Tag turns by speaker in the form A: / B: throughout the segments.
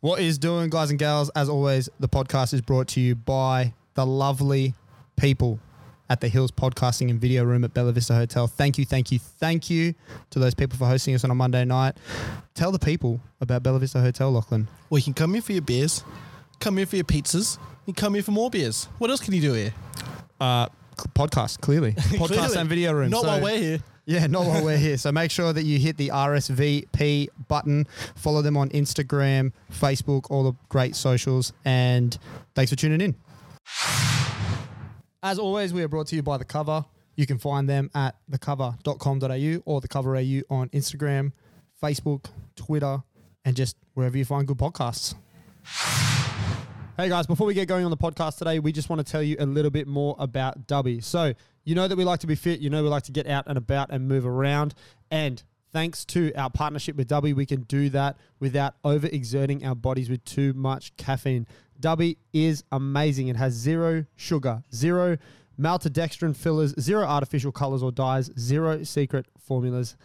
A: What is doing, guys and gals? As always, the podcast is brought to you by the lovely people at the Hills Podcasting and Video Room at Bella Vista Hotel. Thank you, thank you, thank you to those people for hosting us on a Monday night. Tell the people about Bella Vista Hotel, Lachlan.
B: Well, you can come here for your beers, come here for your pizzas, and come here for more beers. What else can you do here?
A: Uh, c- podcast, clearly. Podcast
B: Clearly.
A: and Video Room.
B: Not
A: So-
B: while we're here.
A: Yeah, not while we're here. So make sure that you hit the RSVP button. Follow them on Instagram, Facebook, all the great socials. And thanks for tuning in. As always, we are brought to you by The Cover. You can find them at thecover.com.au or The Cover AU on Instagram, Facebook, Twitter, and just wherever you find good podcasts. Hey guys, before we get going on the podcast today, we just want to tell you a little bit more about Dubby. So, you know that we like to be fit, you know we like to get out and about and move around. And thanks to our partnership with Dubby, we can do that without overexerting our bodies with too much caffeine. Dubby is amazing. It has zero sugar, zero maltodextrin fillers, zero artificial colors or dyes, zero secret formulas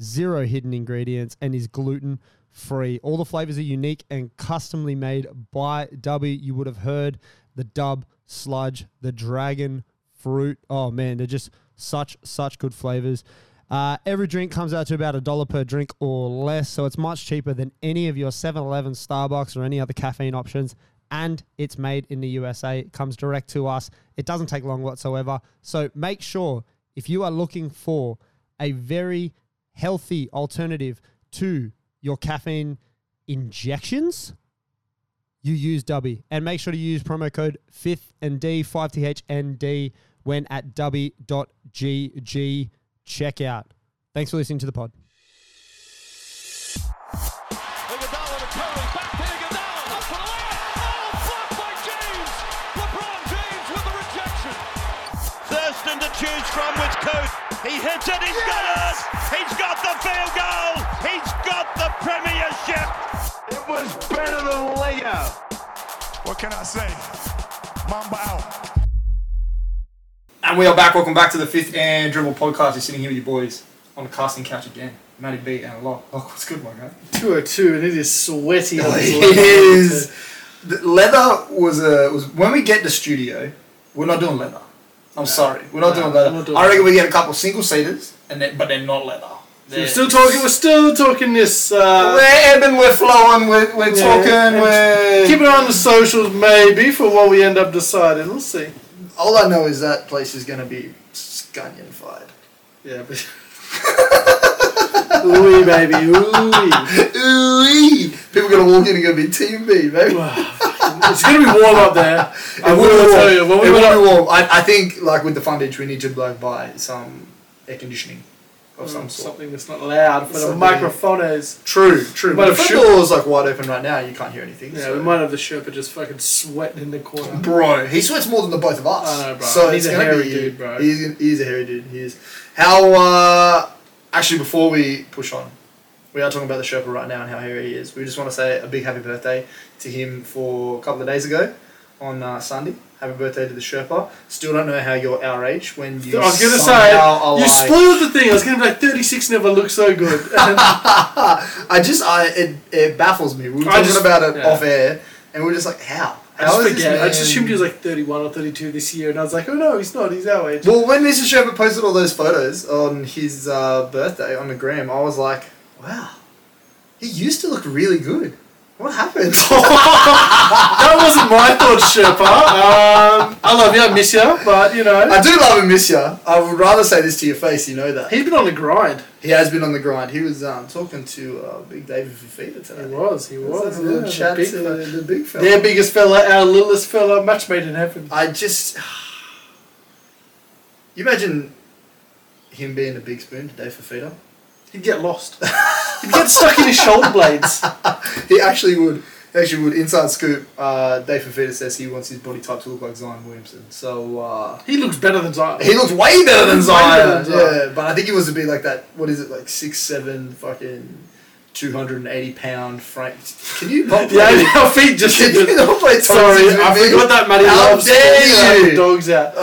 A: zero hidden ingredients, and is gluten free. All the flavors are unique and customly made by Dubby. You would have heard the Dub Sludge, the Dragon Fruit. Oh man, they're just such, such good flavors. Uh, every drink comes out to about a dollar per drink or less, so it's much cheaper than any of your 7 Eleven, Starbucks, or any other caffeine options and it's made in the USA. It comes direct to us. It doesn't take long whatsoever. So make sure if you are looking for a very healthy alternative to your caffeine injections, you use Dubby. And make sure to use promo code 5th and D, 5THND, when at dubby.gg checkout. Thanks for listening to the pod.
C: Iguodala to Curry, back to Iguodala, up for the layup. Oh, blocked by James. LeBron James with the rejection.
D: Thurston to choose from with Coates. He hits it, He's got it! He's got the field goal! He's got the premiership!
E: It was better than Leo.
F: What can I say? Mamba out.
A: And we are back. Welcome back to the fifth and dribble podcast. You're sitting here with your boys on the casting couch again. Matty B and Lock. Lock, what's good, my guy?
G: 202 and it is sweaty. on this
A: It
G: level.
A: is. The leather was a was when we get the studio, we're not doing leather. I'm sorry, we're not
G: No,
A: doing leather.
G: we're not doing
A: I reckon we get a couple single seaters, and then, but they're not leather.
G: We're
A: They're-
G: still talking. We're still talking this. Uh,
A: We're ebbing, we're flowing, we're, we're
G: yeah,
A: talking,
G: and
A: we're.
G: Keep it on the socials, maybe, for what we end up deciding. We'll see.
H: All I know is that place is gonna be scunion fired.
G: Yeah, but. ooh, baby, ooh.
H: Ooh, people gonna walk in and gonna be team B, baby.
G: It's gonna be warm up there. I
H: It
G: will
H: will be
G: tell
H: warm.
G: you. When we
H: it will
G: went up,
H: be warm. I, I think like with the fundage, we need to like buy some air conditioning of some sort.
G: Mm, something that's not loud for the
H: Something.
G: microphones.
H: True, true.
G: But
H: But
G: if
H: if the
G: Sher-
H: front door's like wide open right now, you can't hear anything.
G: Yeah,
H: so-
G: we might have the Sherpa just fucking sweating in the corner.
H: Bro, he sweats more than the both of us.
G: I know, bro.
H: So
G: He's
H: it's
G: a
H: gonna
G: hairy
H: be-
G: dude, bro.
H: He's, he's a hairy dude. He is. How? Uh, actually, before we push on, we are talking about the Sherpa right now and how hairy he is. We just want to say a big happy birthday to him for a couple of days ago on uh, Sunday. Happy birthday to the Sherpa. Still don't know how you're our age when you.
G: I was gonna say,
H: somehow are
G: you
H: like-
G: spoiled the thing. I was gonna be like, 36 never looks so good. And
H: I just, I it, it baffles me. We were
G: I
H: talking
G: just-
H: about it
G: yeah.
H: off air, and we are just like, how?
G: I just
H: How is this
G: forget. I just
H: man-
G: assumed he was like 31 or 32 this year, and I was like, oh no, he's not. He's our age.
H: Well, when Mr. Sherpa posted all those photos on his uh, birthday on the gram, I was like, wow, he used to look really good. What happened?
G: that wasn't my thought, Sherpa. Um, I love you. I miss you, but you know,
H: I do love and miss you. I would rather say this to your face, you know that.
G: he's been on the grind.
H: He has been on the grind. He was um, talking to uh, Big David Fafita
G: He
H: today.
G: was. He was.
H: Let's have a little
G: yeah,
H: chat
G: the big
H: to
G: fella.
H: the big fella.
G: Their biggest fella, our littlest fella, match made in heaven.
H: I just. You imagine him being a big spoon today for Fafita?
G: He'd get lost. He'd get stuck in his shoulder blades.
H: He actually would. He actually would. Inside scoop. Uh, Dave Fafita says he wants his body type to look like Zion Williamson. So uh,
G: He looks better than Zion.
H: he looked way better than
G: Way
H: Zion.
G: better than Zion.
H: Yeah, but I think he was a bit like that. What is it like six seven fucking two hundred and eighty pound Frank? Can you not play?
G: Yeah, our feet just.
H: Can you not play?
G: Sorry, I forgot that Matty
H: How
G: loves
H: dare
G: calling
H: you.
G: dogs out. I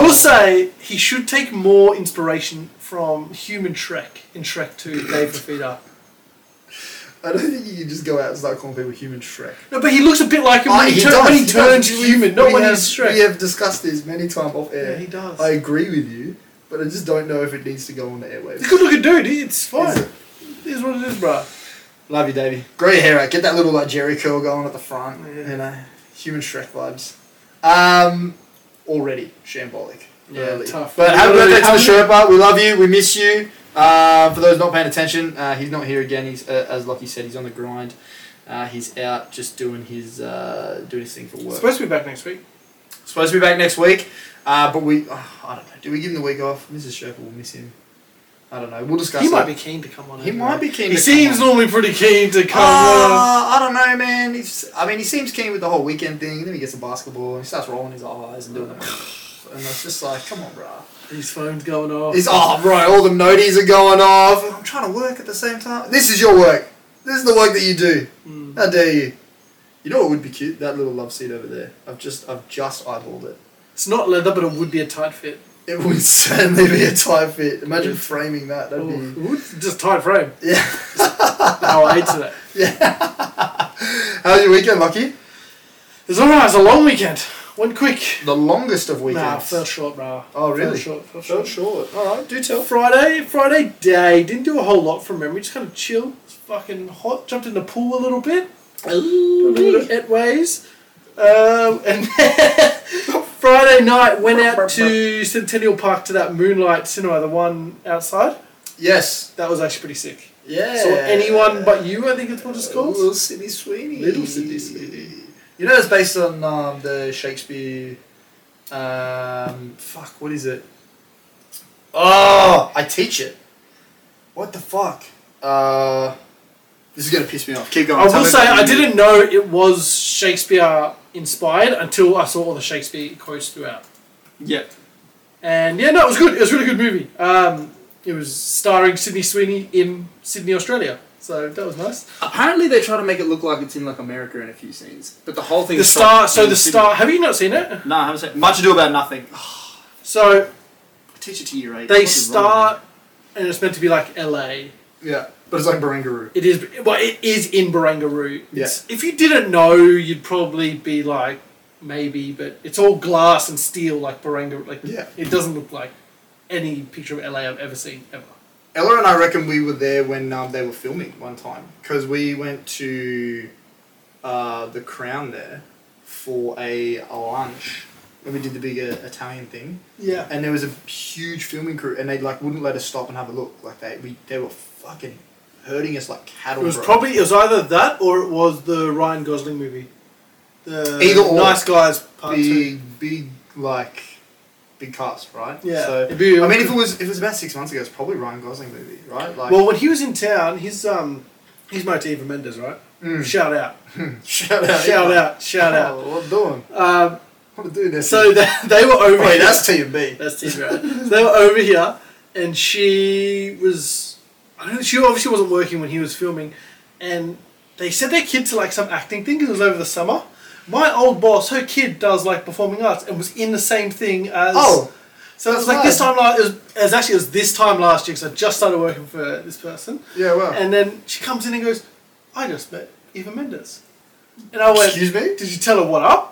G: will
H: Oh,
G: say he should take more inspiration from human Shrek in Shrek 2, Dave Fafita.
H: I don't think you can just go out and start calling people human Shrek.
G: No, but he looks a bit like him when, he, turn,
H: does,
G: when he,
H: Ah, does.
G: turns
H: We-
G: human, not
H: we
G: when
H: have,
G: he's Shrek.
H: We have discussed this many times off air.
G: Yeah, he does.
H: I agree with you, but I just don't know if it needs to go on the airwaves.
G: He's a good looking dude. he- It's fine.
H: Is it?
G: It is what it is, bruh.
H: Love you, Davey. Grow your hair out. Get that little like Jerry curl going at the front. You know, human Shrek vibes. Um, already shambolic.
G: Yeah,
H: Early.
G: tough.
H: But happy
G: Early,
H: birthday to the
G: haven't
H: Sherpa. We love you. We miss you. Uh, for those not paying attention, uh, he's not here again. He's uh, as Lockie said, he's on the grind. Uh, he's out just doing his uh, doing his thing for work.
G: Supposed to be back next week.
H: Supposed to be back next week, uh, but we oh, I don't know. Do we give him the week off? Mrs. Sherpa will miss him. I don't know. We'll discuss.
G: He
H: it.
G: might be keen to come on.
H: He
G: over.
H: might be keen.
G: He
H: to
G: seems
H: come on.
G: normally pretty keen to come on.
H: Uh, I don't know, man. He's, I mean, he seems keen with the whole weekend thing. Then he gets a basketball and he starts rolling his eyes and doing the. And it's just like, come on, bro.
G: His phone's going off.
H: He's oh, bro. All the noties are going off. I'm trying to work at the same time. This is your work. This is the work that you do.
G: Hmm.
H: How dare you? You know what would be cute? That little love seat over there. I've just, I've just eyeballed it.
G: It's not leather, but it would be a tight fit.
H: It would certainly be a tight fit. Imagine framing that. That'd
G: Ooh,
H: be.
G: ooh, just tight frame.
H: Yeah.
G: Oh, I hate that.
H: How's your weekend, Lucky?
G: It's alright. It's a long weekend. One quick.
H: The longest of weekends.
G: Nah, fell short, bro.
H: Oh, really?
G: Fell short. Fell
H: Fell
G: short.
H: short. All right, do tell.
G: Friday, Friday day. Didn't do a whole lot from memory. Just kind of chill. It's fucking hot. Jumped in the pool a little bit. At ways. Um, and Friday night went out to Centennial Park to that Moonlight Cinema, the one outside.
H: Yes.
G: That was actually pretty sick.
H: Yeah.
G: So anyone but you, I think it's what it's called.
H: Little Sydney Sweeney.
G: Little Sydney Sweeney.
H: You know, it's based on um, the Shakespeare. Um, fuck, what is it? Oh, I teach it. What the fuck? Uh, this is gonna piss me off. Keep going.
G: I
H: tell
G: will
H: me
G: say
H: about
G: I
H: you.
G: didn't know it was Shakespeare inspired until I saw all the Shakespeare quotes throughout.
H: Yeah.
G: And yeah, no, it was good. It was a really good movie. Um, it was starring Sydney Sweeney in Sydney, Australia. So that was nice.
I: Apparently, they try to make it look like it's in like America in a few scenes, but the whole thing.
G: The star. So the star. Have you not seen it?
I: No, I haven't said much ado about nothing. Oh,
G: So
I: teach it to you, right?
G: they start, and it's meant to be like LA.
H: Yeah, but it's like Barangaroo.
G: It is. Well, it is in Barangaroo.
H: Yeah.
G: It's- If you didn't know, you'd probably be like, maybe, but it's all glass and steel like Barangaroo. Like
H: Yeah.
G: it doesn't look like any picture of LA I've ever seen ever.
H: Ella and I reckon we were there when um, they were filming one time because we went to uh, the Crown there for a, a lunch when we did the big uh, Italian thing,
G: Yeah.
H: and there was a huge filming crew, and they like wouldn't let us stop and have a look. Like they we they were fucking hurting us like cattle.
G: It was
H: bro.
G: probably it was either that or it was the Ryan Gosling movie. The
H: Either or.
G: Nice Guys Part Two.
H: big big like big cast, right?
G: Yeah.
H: So
G: It'd be-
H: I mean, if it was if it was about six months ago, it's probably Ryan Gosling movie, right? Like
G: Well, when he was in town, his um, he's my Eva Mendes, right? Shout out!
H: shout out,
G: Shout out! Shout out!
H: Mm. Oh, what doing?
G: uh, Um,
H: What to do this?
G: so Uh, they, they were over.
H: Wait,
G: here.
H: that's TMB.
G: that's Tiva. Right? so they were over here, and she was. I don't know. She obviously wasn't working when he was filming, and they sent their kid to like some acting thing 'cause it was over the summer. My old boss, her kid does like performing arts and was in the same thing as.
H: Oh,
G: So it was
H: That's
G: like this
H: nice.
G: time last. It was, it was actually it was this time last year because I just started working for this person,
H: yeah, well.
G: and then she comes in and goes, "I just met Eva Mendes," and I went,
H: Excuse me?
G: "Did you tell her what up?"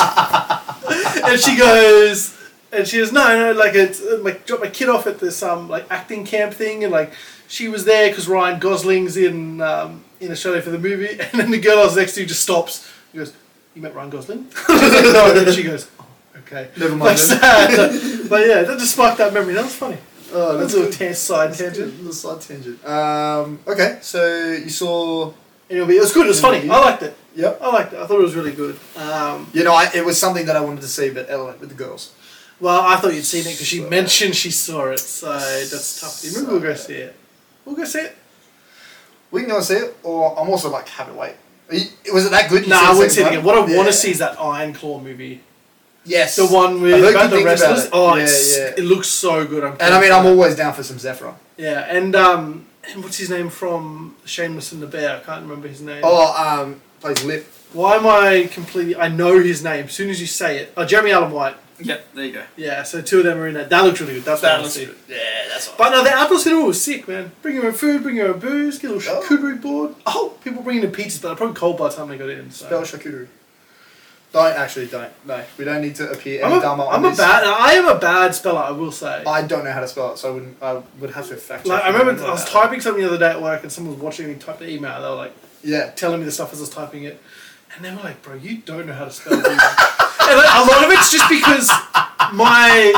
G: and she goes, and she goes, "No, no, like it's uh, like dropped my kid off at this um like acting camp thing, and like she was there because Ryan Gosling's in um in Australia for the movie, and then the girl I was next to just stops, and goes." You met Ryan Gosling? I was like, no, and then she goes, oh, okay.
H: Never
G: Like
H: mind. then.
G: sad. but yeah, that just sparked that memory. That was funny.
H: oh,
G: That's a little tan- side tangent.
H: Little side tangent. Um, okay, so you saw.
G: Anyway, but it was good. It was funny. I liked it.
H: Yep.
G: I liked it. I thought it was really good. Um,
H: You know, I, it was something that I wanted to see, but Ellen went with the girls.
G: well, I thought you'd seen it because she mentioned she saw it, so that's tough. Maybe we'll go see it. We'll go see it.
H: We can go and see it, or I'm also like, have it wait. Are you, was it that good? You
G: No,
H: said
G: I
H: the
G: wouldn't see
H: same
G: it
H: time?
G: again. What I want
H: Yeah.
G: to see is that Iron Claw movie,
H: Yes.
G: the one
H: I
G: with
H: heard
G: about
H: good
G: the
H: things about
G: wrestlers.
H: it.
G: Oh,
H: Yeah,
G: it's, uh,
H: yeah.
G: it looks so good. I'm
H: And I mean, I'm
G: all
H: always down for some Zephyr.
G: yeah. And um, and what's his name from Shameless and the Bear? I can't remember his name.
H: Oh, um, plays Lip.
G: Why am I completely? I know his name. As soon as you say it, oh, Jeremy Allen White.
I: Yep, there you go.
G: Yeah, so two of them are in that. That looks really good. That's what I wanna
I: That looks
G: see.
I: good. Yeah, that's all.
G: But no, the Apple Cinema was sick, man. Bring your own food, bring your own booze, get a little charcuterie board. Oh, people bringing in pizzas, but they're probably cold by the time they got in. So.
H: Spell charcuterie. Don't actually don't. No, we don't need to appear any
G: I'm, a,
H: dumber. on
G: I'm a
H: this.
G: bad. I am a bad speller, I will say.
H: I don't know how to spell it, so I wouldn't. I would have to fact.
G: Like
H: check
G: I remember
H: that.
G: I was typing something the other day at work, and someone was watching me type the email. And they were like
H: Yeah.
G: telling me the stuff as I was typing it, and they were like, "Bro, you don't know how to spell." do you?" and a lot of it's just because my.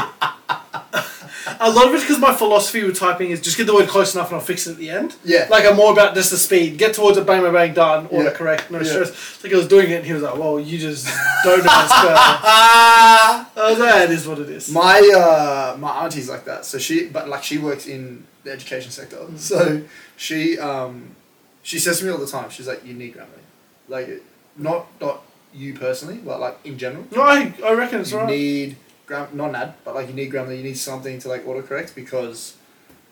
G: A lot of it's because my philosophy with typing is just get the word close enough and I'll fix it at the end.
H: Yeah.
G: Like I'm more about just the speed. Get towards it, bang, bang, bang, done,
H: Yeah.
G: order correct, no
H: Yeah.
G: stress. It's like I was doing it and he was like, well, you just don't know how to spell.
H: Ah.
G: I was like, "Yeah, it is what it is.
H: My uh, my auntie's like that. So she, but like she works in the education sector. So she um, she says to me all the time. She's like, you need Grammarly, like it- not not you personally, but like in general.
G: no, I, I reckon it's
H: you
G: right.
H: need gram not an ad, but like you need Grammarly. You need something to like autocorrect because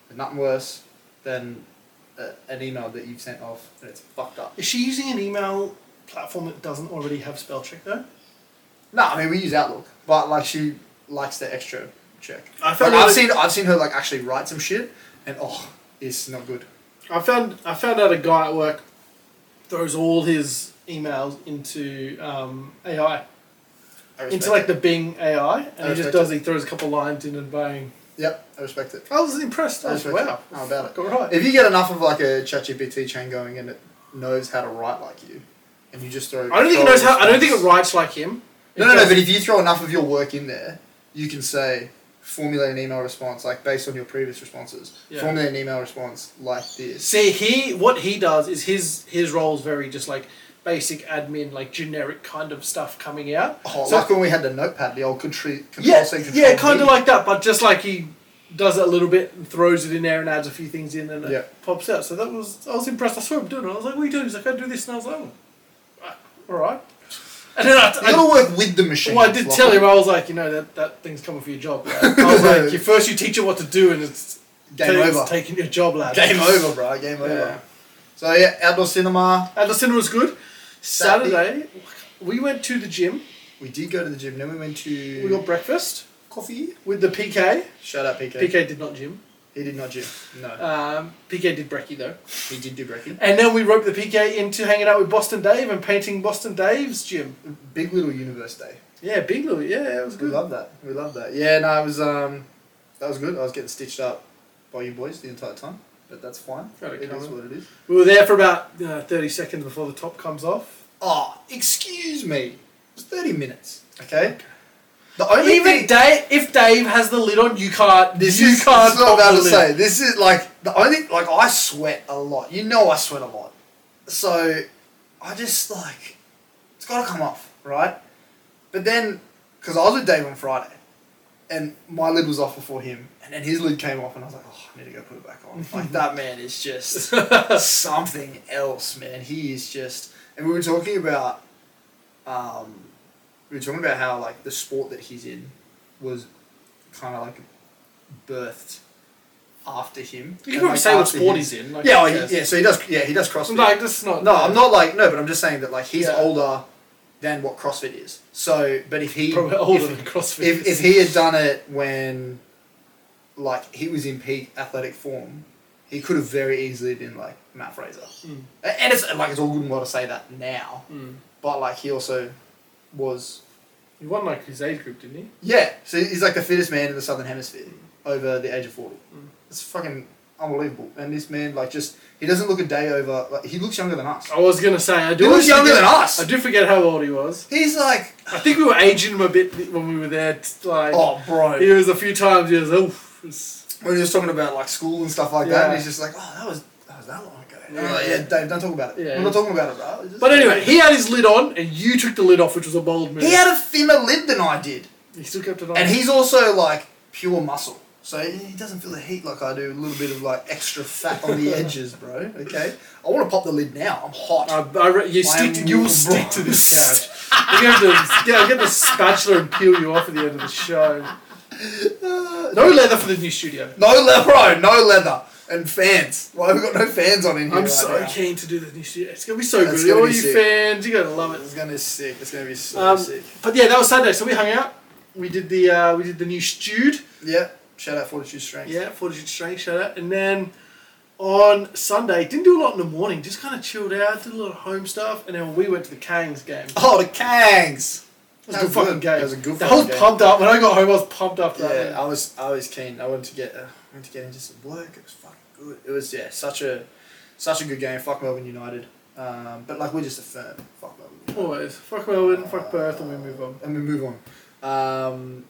H: there's nothing worse than a, an email that you've sent off and it's fucked up.
G: Is she using an email platform that doesn't already have spell check though?
H: No, I mean we use Outlook, but like she likes the extra check.
G: I
H: I
G: felt
H: like, I've
G: really-
H: seen I've seen her like actually write some shit, and oh, it's not good.
G: I found I found out a guy at work throws all his emails into um, AI,
H: I respect
G: into like
H: it.
G: the Bing AI, and he just
H: respect
G: does.
H: it.
G: He throws a couple lines in and bang.
H: Yep, I respect it.
G: I was impressed.
H: I
G: I was
H: respect
G: Oh, wow.
H: it. How about it?
G: All right.
H: If you get enough of like a ChatGPT chain going and it knows how to write like you, and you just throw.
G: I don't think it
H: throw a
G: knows how. I don't think it
H: response-
G: writes like him.
H: No, no,
G: It
H: no.
G: does-
H: But if you throw enough of your work in there, you can say formulate an email response like based on your previous responses.
G: Yeah.
H: Formulate an email response like this.
G: See, he what he does is his his role's very just like basic admin, like generic kind of stuff coming out.
H: Oh,
G: So-
H: like when we had the notepad, the old control, control
G: Yeah,
H: C, control
G: yeah, kind
H: V.
G: of like that, but just like he does it a little bit and throws it in there and adds a few things in and
H: Yeah.
G: it pops out. So that was I was impressed. I saw him doing it. I was like, "What are you doing?" He's like, "I do this," and I was like, oh, ah, "All right." And then I,
H: You
G: I,
H: gotta work with the machine.
G: well, I did
H: Lachlan.
G: tell him I was like, "You know that that thing's coming for your job." Lad. I was like, you, "First you teach it what to do, and it's
H: Game
G: it's
H: over.
G: taking your job, lad."
H: Game over, bro. Game over.
G: Yeah.
H: So yeah, outdoor cinema.
G: And the cinema was good.
H: Saturday.
G: Saturday, we went to the gym.
H: We did go to the gym. Then we went to
G: We got breakfast
H: coffee.
G: with the PK.
H: Shout out PK.
G: PK did not gym.
H: He did not gym. No,
G: Um, PK did brekkie though.
H: he did do breaking.
G: And then we roped the PK into hanging out with Boston Dave and painting Boston Dave's gym.
H: Big Little Universe Day.
G: Yeah, Big Louie. Yeah, it was
H: We
G: good.
H: love that. We love that. Yeah, no, it was um, that was good. I was getting stitched up by you boys the entire time, but that's fine.
G: Got it
H: It is
G: covered.
H: what it is.
G: We were there for about uh, 30 seconds before the top comes off.
H: Oh, excuse me. It was thirty minutes. Okay. The only
G: Even
H: thing
G: Dave, if Dave has the lid on, you can't.
H: This
G: you
H: is
G: can't.
H: this is what I'm
G: pop
H: about
G: the
H: to
G: lid.
H: say. This is like the only like I sweat a lot. You know I sweat a lot. So I just like it's gotta come off, right? But then because I was with Dave on Friday and my lid was off before him and then his lid came off and I was like, Oh, I need to go put it back on. Like that man is just something else, man. He is just and we were talking about um we were talking about how like the sport that he's in was kind of like birthed after him. And,
G: You can probably
H: like,
G: say what
H: after
G: sport
H: him-
G: he's in. Like,
H: Yeah, oh,
G: yes.
H: he- yeah. So he does. Yeah, he does CrossFit.
G: Like, this is not.
H: no, I'm not like no, but I'm just saying that like he's
G: Yeah.
H: older than what CrossFit is. So, but if he
G: Probably older
H: if,
G: than CrossFit.
H: if, if he had done it when like he was in peak athletic form, he could have very easily been like Matt Fraser. A- And it's like it's all good and well to say that now, but like he also was
G: he won like his age group, didn't he?
H: yeah, so he's like the fittest man in the southern hemisphere over the age of forty. It's fucking unbelievable. And this man, like, just he doesn't look a day over. Like, he looks younger than us.
G: I was gonna say I do.
H: He was
G: always
H: younger
G: forget-
H: than us.
G: I do forget how old he was.
H: He's like,
G: I think we were aging him a bit when we were there. t- Like,
H: oh, bro.
G: he was a few times. He was oof. it's-
H: When he was talking about like school and stuff like that,
G: Yeah.
H: and he's just like, oh, that was that was that long ago. And I'm
G: Yeah.
H: like, yeah, Dave, don't talk about it.
G: Yeah.
H: We're not talking about it, bro. It's just-
G: But anyway, he had his lid on, and you took the lid off, which was a bold move.
H: he had a thinner lid than I did,
G: He still kept it on.
H: and he's also like pure muscle. So he doesn't feel the heat like I do. A little bit of like extra fat on the edges, bro. Okay, I want to pop the lid now. I'm hot.
G: I, I re- you stick to, you will stick to this couch. We're gonna have to yeah, I'll get the spatula and peel you off at the end of the show. No leather for the new studio.
H: No leather, bro. No leather and fans. Why have we got no fans on in here?
G: I'm
H: right
G: so
H: now?
G: keen to do the new studio. It's gonna be so
H: That's
G: good.
H: gonna
G: All
H: be
G: you
H: sick.
G: fans, you're gonna love it.
H: It's gonna be sick. It's gonna be so
G: Um,
H: sick.
G: but yeah, that was Saturday, so we hung out. we did the uh, we did the new stewed.
H: Yeah. Shout out Fortitude Strength.
G: Yeah, Fortitude Strength, shout out. And then on Sunday, didn't do a lot in the morning, just kind of chilled out, did a lot of home stuff, and then we went to the Kangs game. It
H: Oh, the Kangs.
G: was a good fucking game.
H: That was a good
G: I
H: fucking
G: was
H: game.
G: pumped up. When I got home, I was pumped up for that.
H: Yeah, I
G: one.
H: was I was keen. I wanted to get uh, I wanted to get into some work. It was fucking good. It was yeah, such a such a good game. Fuck Melbourne United. Um, but like we're just a firm. Fuck Melbourne. United.
G: Always. Fuck Melbourne, fuck Perth, and we move on.
H: And we move on. Um,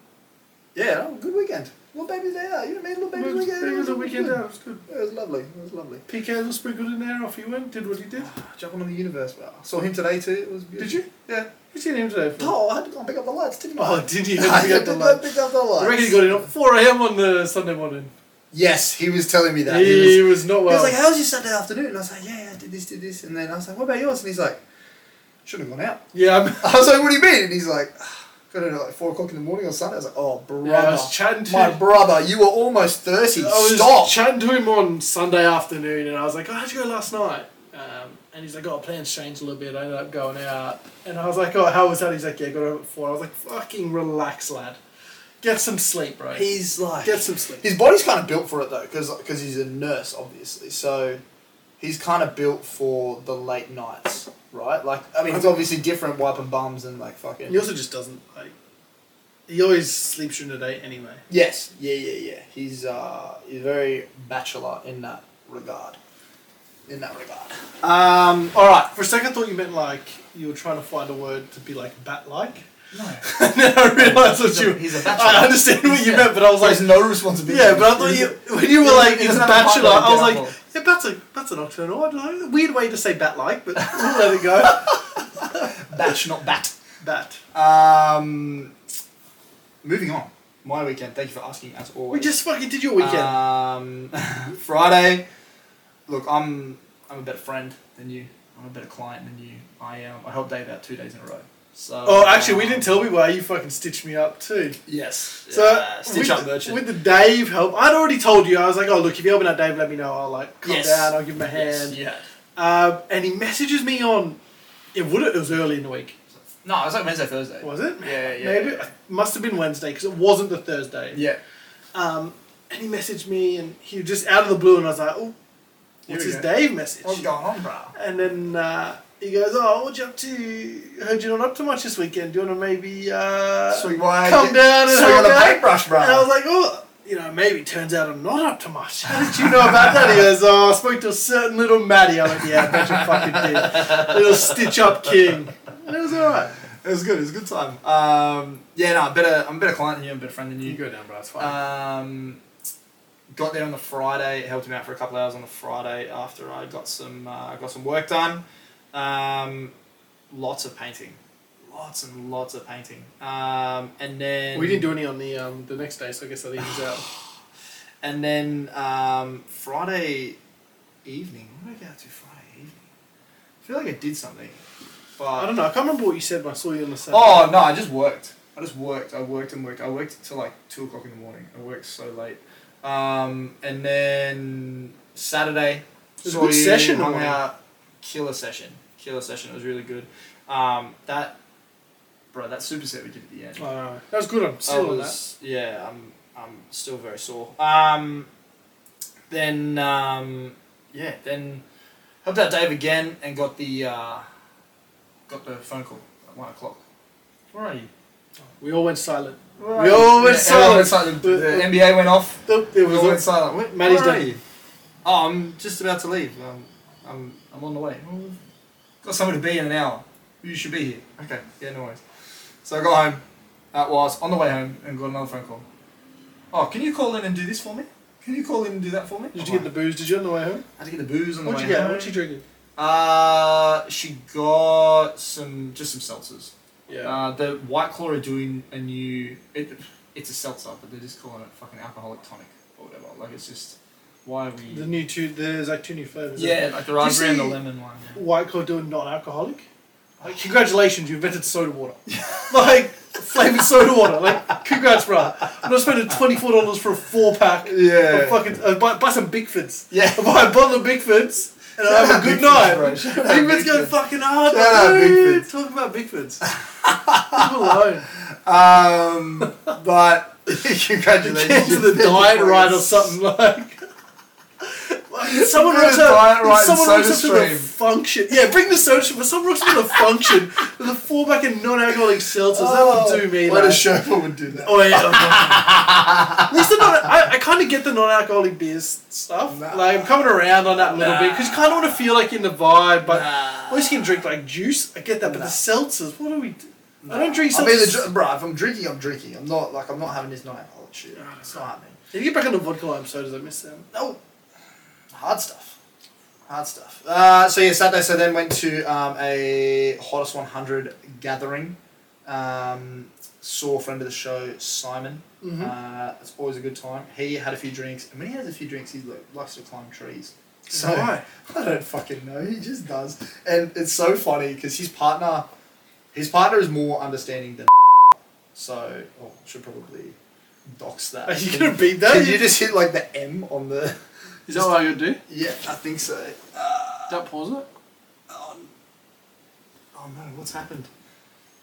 H: yeah, oh, good weekend. Little baby's day out. You know what I mean? Little baby's weekend.
G: It was a weekend
H: good.
G: out, it was good.
H: It was lovely. It was lovely.
G: PK was sprinkled in there, off he went, did what he did.
H: Jumping on the universe. Well, I saw him today too. It was beautiful.
G: Did you?
H: Yeah.
G: We seen him today. Phil.
H: Oh, I had to go and pick up the lights, didn't I?
G: Oh, did
H: I
G: he? Pick up
H: had
G: the
H: to go
G: lights.
H: pick up the lights.
G: I reckon he got in at 4 a.m. on the Sunday morning.
H: Yes, he was telling me that.
G: He, was, not
H: He
G: well.
H: was like, "How was your Saturday afternoon?" And I was like, "Yeah, yeah, I did this, did this." And then I was like, "What about yours?" And he's like, "Shouldn't have gone out."
G: yeah, I'm-
H: I was like, "What do you mean?" And he's like, "Ah, "Got in at like four o'clock in the morning on Sunday." I was like, "Oh, brother,
G: Yeah, I was chatting to-
H: my brother, you were almost thirty.
G: I was
H: Stop."
G: chatting to him on Sunday afternoon, and I was like, "Oh, how'd you go last night?" Um, and he's like, "Oh, plans changed a little bit. I ended up going out." And I was like, "Oh, how was that?" He's like, "Yeah, got up at four. I was like, "Fucking relax, lad. Get some sleep, bro.
H: he's like,
G: Get some sleep."
H: his body's kind of built for it though, because he's a nurse, obviously. So he's kind of built for the late nights, right? Like, I mean, it's obviously different wiping bums and like fucking.
G: He also just doesn't like. He always sleeps during the day anyway.
H: Yes, yeah, yeah, yeah. He's uh, he's very bachelor in that regard. In that regard. Um. All right.
G: For a second, I thought you meant like you were trying to find a word to be like bat-like.
H: No.
G: and then I realised what
H: He's a-
G: you.
H: he's a bachelor.
G: I understand what you meant, but I was like,
H: There's no responsibility.
G: Yeah, but I thought you when you were like
H: He
G: in
H: doesn't have a
G: bachelor,
H: partner to
G: I was
H: get
G: like,
H: up on.
G: yeah, that's a that's an nocturnal. I don't know, weird way to say bat like, but we'll let it go.
H: batch, not bat.
G: Bat.
H: Um. Moving on. My weekend. Thank you for asking. As always.
G: We just fucking did your weekend.
H: Um, Friday. Look, I'm I'm a better friend than you. I'm a better client than you. I um, I helped Dave out two days in a row. So.
G: oh, actually, we
H: um,
G: didn't tell me why you fucking stitched me up too.
H: Yes.
G: So
H: uh, stitch
G: with,
H: up merchant.
G: with the Dave help, I'd already told you. I was like, oh look, if you help me out, Dave, let me know. I'll like come
H: Yes.
G: down. I'll give him a
H: Yes,
G: hand.
H: yeah.
G: Um, and he messages me on. It would. It was early in the week.
H: No, it was like Wednesday, Thursday.
G: Was it?
H: Yeah, yeah,
G: Maybe
H: yeah.
G: must have been Wednesday because it wasn't the Thursday.
H: Yeah.
G: and he messaged me and he was just out of the blue and I was like, oh, what's
H: Here
G: his
H: we go. Oh,
G: Dave message?
H: What's going on, bro?
G: And then uh, he goes, oh, what you up to? Heard you're not up to much this weekend. Do you want to maybe uh,
H: Swing by.
G: come down and
H: swing on
G: help
H: the
G: out?
H: paintbrush, bro.
G: And I was like, oh, you know, maybe turns out I'm not up to much. How did you know about that? He goes, oh, I spoke to a certain little Maddie. I'm like, yeah, I bet you fucking did. Little stitch up king. And it was all right.
H: it was good. It was a good time. Um, yeah, no, I'm better. I'm a better client than you. I'm a better friend than you.
G: go down, bro. It's fine.
H: Um, got there on the Friday, helped him out for a couple hours on the Friday after I got some uh, got some work done. Um, lots of painting, lots and lots of painting. Um, and then
G: we didn't do any on the um, the next day, so I guess that eases out.
H: And then um, Friday evening, what did I get out to Friday evening? I feel like I did something, but
G: I don't know. I can't remember what you said when I saw you on the set.
H: Oh no, I just worked. I just worked. I worked and worked. I worked till like two o'clock in the morning. I worked so late. Um, and then Saturday,
G: It was a
H: saw
G: good
H: you,
G: session,
H: Hung
G: wasn't it?
H: out, killer session, killer session. It was really good. Um, that, bro, that super set we did at the end.
G: Uh, that was good. I'm still
H: I
G: on that.
H: was, Oh, Yeah, I'm. I'm still very sore. Um, then um, yeah, then helped out Dave again and got the uh, got the phone call at one o'clock. Where are you?
G: We all went silent.
H: Right.
G: We all went
H: Yeah, everyone went
G: silent.
H: silent. The, the NBA went off.
G: It
H: We all went
G: was all-
H: silent. Where,
G: Matty's
H: where are
G: done.
H: you? Oh, I'm just about to leave. Um, I'm, I'm on the way.
G: Oh.
H: Well, Got somewhere to be in an hour. You should be here. Okay. Yeah, no worries. So I got home. That was on the way home and got another phone call. Oh, can you call in and do this for me? Can you call in and do that for me?
G: Did you get the booze? Did you on the way home?
H: I had to get the booze on the
G: What'd
H: way
G: you get?
H: home.
G: What'd you drinking?
H: Uh, she got some, just some seltzers.
G: Yeah.
H: Uh, the White Claw are doing a new. It, it's a seltzer, but they're just calling it fucking alcoholic tonic or whatever. Like it's just why are
G: the
H: we?
G: new two. There's like two new flavors.
H: Yeah, like the raspberry and the lemon one.
G: White Claw doing non-alcoholic. Like, congratulations, you invented soda water. like flavored soda water. Like congrats, bro. I'm not spending twenty four dollars for a four pack.
H: Yeah.
G: Of fucking uh, buy, buy some Bigfords.
H: Yeah.
G: buy a bottle of Bigfords. and I'll have a good night.
H: Shout out
G: Bigfoot's going
H: Bigfoot.
G: fucking hard.
H: Shout out
G: dude.
H: Bigfoot.
G: Talking about Bigfoots. Leave him alone.
H: Um, but congratulations.
G: Cancel the diet right or something like. If Someone
H: Bring
G: rocks
H: the diet
G: up.
H: right
G: if
H: and
G: Someone
H: soda
G: rocks up to the
H: stream.
G: function. Yeah, bring the soda stream, but someone rocks up to the function with a four pack of non-alcoholic seltzers. that would do me.
H: Oh, What
G: like.
H: a Sherpa would do that.
G: Oh yeah. At least they're not. I, I kind of get the non-alcoholic beers stuff. Like I'm coming around on that a little bit because you kind of want to feel like in the vibe. But at least you can drink like juice. I get that. But the seltzers. What do we? Do? I don't drink
H: I'm either,
G: seltzers.
H: dr- bro, if I'm drinking, I'm drinking. I'm not like I'm not having this night. Oh shit, it's not happening.
G: If you get back on the vodka lime sodas, I miss them.
H: No, hard stuff. Hard stuff. Uh, so yeah, Saturday. So then went to um, a hottest 100 gathering. Um, saw a friend of the show, Simon. Uh, it's always a good time. He had a few drinks, and when he has a few drinks, he li- likes to climb trees. So
G: Why?
H: I don't fucking know. He just does, and it's so funny because his partner, his partner is more understanding than. So oh, should probably dox that.
G: Are you
H: Can-
G: gonna beat that?
H: Can you just hit like the M on the?
I: Is that what I would do?
H: Yeah, I think so. Um,
I: Don't pause it.
H: Oh no, what's happened?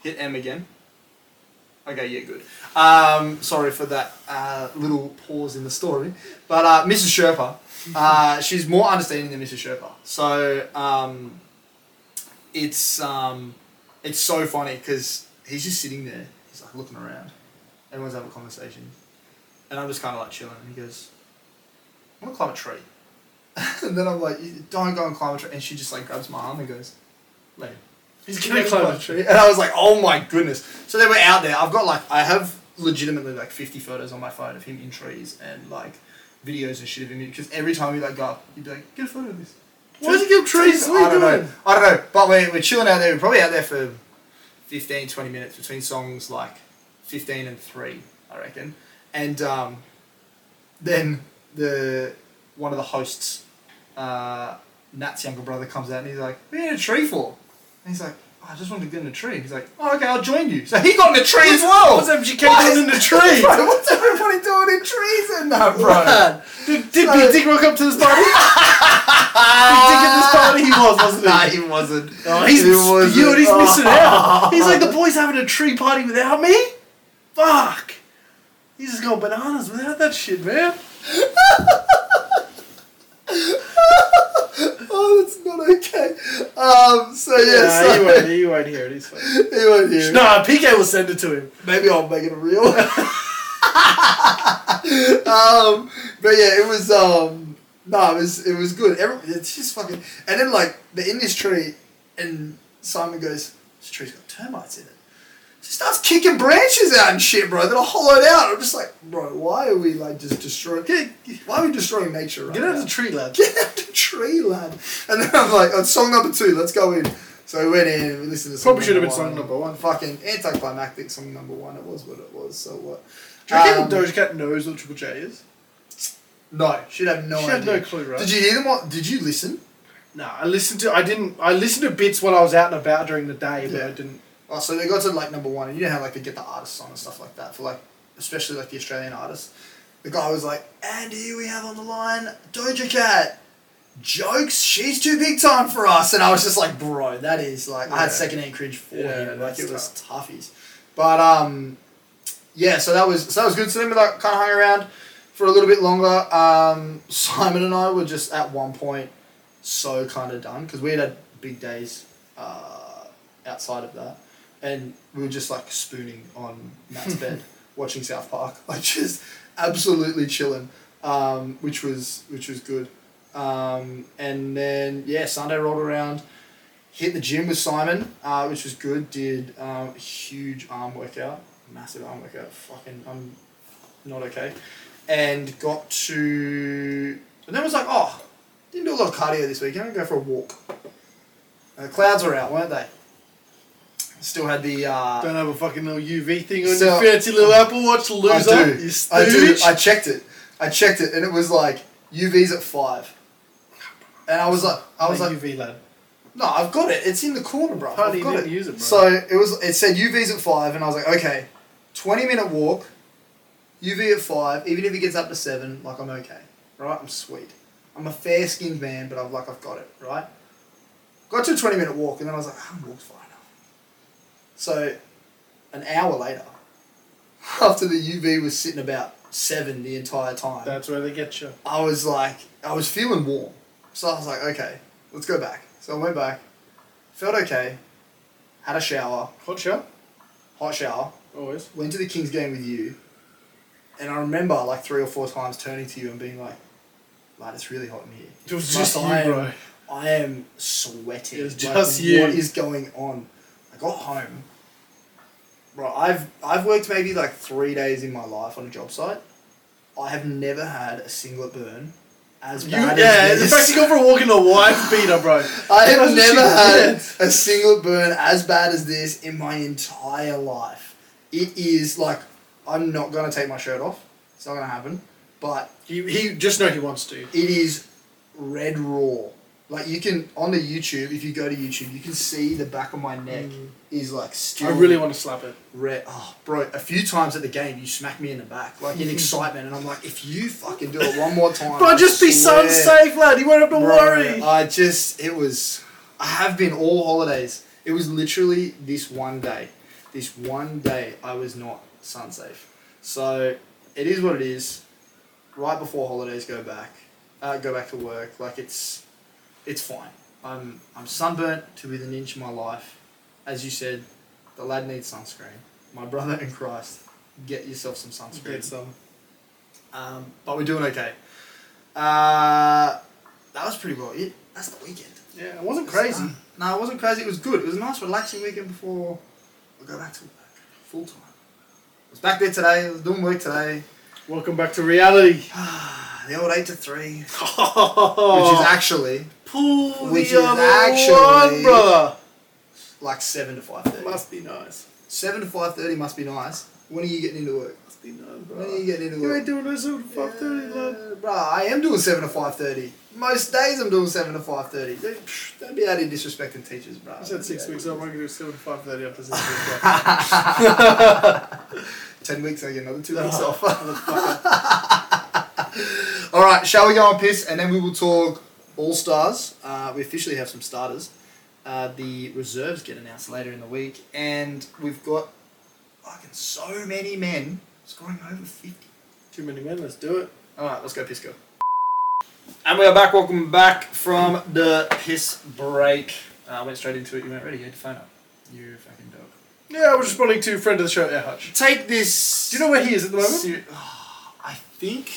H: Hit M again. Okay, yeah, good. Um, sorry for that uh, little pause in the story. But uh, Mrs. Sherpa, uh, she's more understanding than Mrs. Sherpa. So um, it's um, it's so funny because he's just sitting there. He's like looking around. Everyone's having a conversation. And I'm just kind of like chilling. And he goes, I'm going to climb a tree. and then I'm like, "You don't go and climb a tree. And she just like grabs my arm and goes, no.
G: He's gonna climb a tree.
H: And I was like, oh my goodness. So they were out there. I've got like, I have legitimately like 50 photos on my phone of him in trees and like videos and shit of him. Because every time we like go up, you'd be like, get a photo of this.
G: Why does he give trees? What
H: I
G: are you
H: don't
G: doing?
H: know. I don't know. But we're, we're chilling out there. We're probably out there for 15, 20 minutes between songs like 15 and 3, I reckon. And um, then the one of the hosts, uh, Nat's younger brother, comes out and he's like, What are you in a tree for? And he's like, "Oh, I just wanted to get in a tree. He's like, oh, okay, I'll join you. So he got in a tree as well.
G: What's up? You came down in the tree.
H: Bro, what's everybody doing in trees and that, bro?
G: Man, Did, did Big Dick rock up to this party? Big Dick at this party he was, wasn't he?
H: Nah, he wasn't.
G: Oh, he's
H: He wasn't.
G: spewed, he's
H: Oh.
G: missing out. He's like, the boy's having a tree party without me? Fuck. He's just going bananas without that shit, man.
H: Oh, that's not okay. Um, so yeah, so
G: you won't hear it. He's fine.
H: he won't hear it.
G: Nah, PK will send it to him.
H: Maybe I'll make it a reel. um, but yeah, it was um, no, it was it was good. Every, it's just fucking, and then like the in this tree, and Simon goes, "This tree's got termites in it." She starts kicking branches out and shit, bro. That are hollowed out. I'm just like, bro, why are we like just destroying? Why are we destroying nature? Right
G: Get out of
H: now?
G: the tree, lad.
H: get out the tree, lad. And then I'm like, on song number two, let's go in. So we went in and we listened to song
G: Probably should have
H: number
G: been
H: one.
G: song number one.
H: Fucking anticlimactic song number one. It was what it was, so what?
G: Do you reckon
H: Um,
G: Doja Cat knows what Triple J is?
H: No, she'd have no
G: She
H: idea.
G: had no clue, right?
H: Did you hear them? What, did you listen?
G: Nah, I listened to I didn't I listened to bits while I was out and about during the day, but
H: Yeah.
G: I didn't.
H: Oh, so they got to like number one, and you know how like they get the artists on and stuff like that for like, especially like the Australian artists. The guy was like, and here we have on the line Doja Cat. Jokes, she's too big time for us, and I was just like, bro, that is like I
G: Yeah.
H: had secondhand cringe for
G: Yeah,
H: him, like
G: that's
H: it was toughies. But um, yeah, so that was so that was good. So then we like kind of hung around for a little bit longer. Um, Simon and I were just at one point so kind of done because we had had big days uh, outside of that, and we were just like spooning on Matt's bed watching South Park, like just absolutely chilling, um, which was which was good. Um, and then yeah, Sunday rolled around. Hit the gym with Simon, uh, which was good. Did um, huge arm workout, massive arm workout. Fucking, I'm not okay. And got to. And then was like, oh, didn't do a lot of cardio this weekend. I'm going to go for a walk. And the clouds were out, weren't they? Still had the. Uh,
G: Don't have a fucking little UV thing on
H: So-
G: your fancy little Apple Watch,
H: I
G: loser. You
H: do. I do.
G: stooge.
H: I checked it. I checked it, and it was like UV's at five. And I was like, I was
G: Hey,
H: like,
G: UV lad.
H: No, I've got it. It's in the corner, bro.
G: Apparently
H: I've
G: you
H: got
G: didn't
H: it.
G: use it, bro.
H: So it was. It said UV's at five, and I was like, okay, twenty minute walk, UV at five. Even if it gets up to seven, like I'm okay, right? I'm sweet. I'm a fair skinned man, but I've like I've got it right. Got to a 20 minute walk, and then I was like, I haven't walked far enough. So, an hour later, after the UV was sitting about seven the entire time,
G: That's where they get you.
H: I was like, I was feeling warm. So I was like, okay, let's go back. So I went back, felt okay, had a shower,
G: Hot shot?
H: hot shower,
G: Always.
H: went to the Kings game with you, and I remember like three or four times turning to you and being like, lad, it's really hot in here.
G: It was
H: Like,
G: just you,
H: I am,
G: bro.
H: I am sweating.
G: It was
H: Like,
G: just you.
H: What is going on? I got home. Bro, I've I've worked maybe like three days in my life on a job site. I have never had a singlet burn as
G: You,
H: bad as
G: yeah, in
H: this.
G: fact, you go for a walk in a wife beater, bro.
H: I have
G: That's what she
H: never had
G: did.
H: a single burn as bad as this in my entire life. It is like I'm not gonna take my shirt off. It's not gonna happen. But
G: He, he just know he wants to.
H: it is red raw. Like you can on the YouTube, if you go to YouTube, you can see the back of my neck is like still.
G: Mm. I really want to slap it.
H: red. Oh, bro! A few times at the game, you smack me in the back, like in excitement, and I'm like, if you fucking do it one more time, I
G: Bro, just be so
H: swear-
G: safe, lad. You won't have to
H: Bro,
G: worry.
H: I just, it was, I have been all holidays. It was literally this one day. This one day I was not sun safe. So it is what it is. Right before holidays go back, uh, go back to work. Like it's, it's fine. I'm, I'm sunburnt to within an inch of my life. As you said, the lad needs sunscreen. My brother in Christ, get yourself some sunscreen.
G: Get some.
H: Um, but we're doing okay. Uh, that was pretty well it. That's the weekend.
G: Yeah, it wasn't crazy.
H: Uh, no, it wasn't crazy. It was good. It was a nice, relaxing weekend before I go back to work full time. I was back there today. I was doing work today. Uh,
G: Welcome back to reality.
H: The old eight to three, which
G: Oh,
H: is actually
G: pull
H: which
G: the
H: is
G: other
H: actually-
G: one, brother.
H: like seven to five thirty.
G: Must be nice.
H: Seven to five thirty must be nice. When are you getting into work?
G: Must be nice,
H: When
G: brother.
H: are you getting into
G: You
H: work?
G: ain't doing this at five thirty, lad.
H: Uh, Bruh, I am doing seven to five thirty. Most days I'm doing seven to five thirty. Don't psh, don't be out here disrespecting teachers, bruh.
G: I said six
H: Yeah.
G: weeks. I'm going to do seven to five thirty after six weeks. bro.
H: Ten weeks, I get another two weeks off. All right, shall we go and piss, and then we will talk all stars. Uh, we officially have some starters. Uh, the reserves get announced later in the week, and we've got fucking so many men scoring over fifty.
G: Too many men. Let's do it.
H: All right, let's go piss go. And we are back. Welcome back from the piss break. Uh, went straight into it. You weren't ready. You had your phone up. You fucking dog.
G: Yeah, we're responding to friend of the show, Air Hutch.
H: Take this.
G: Do you know where he is at the moment?
H: Seri- oh, I think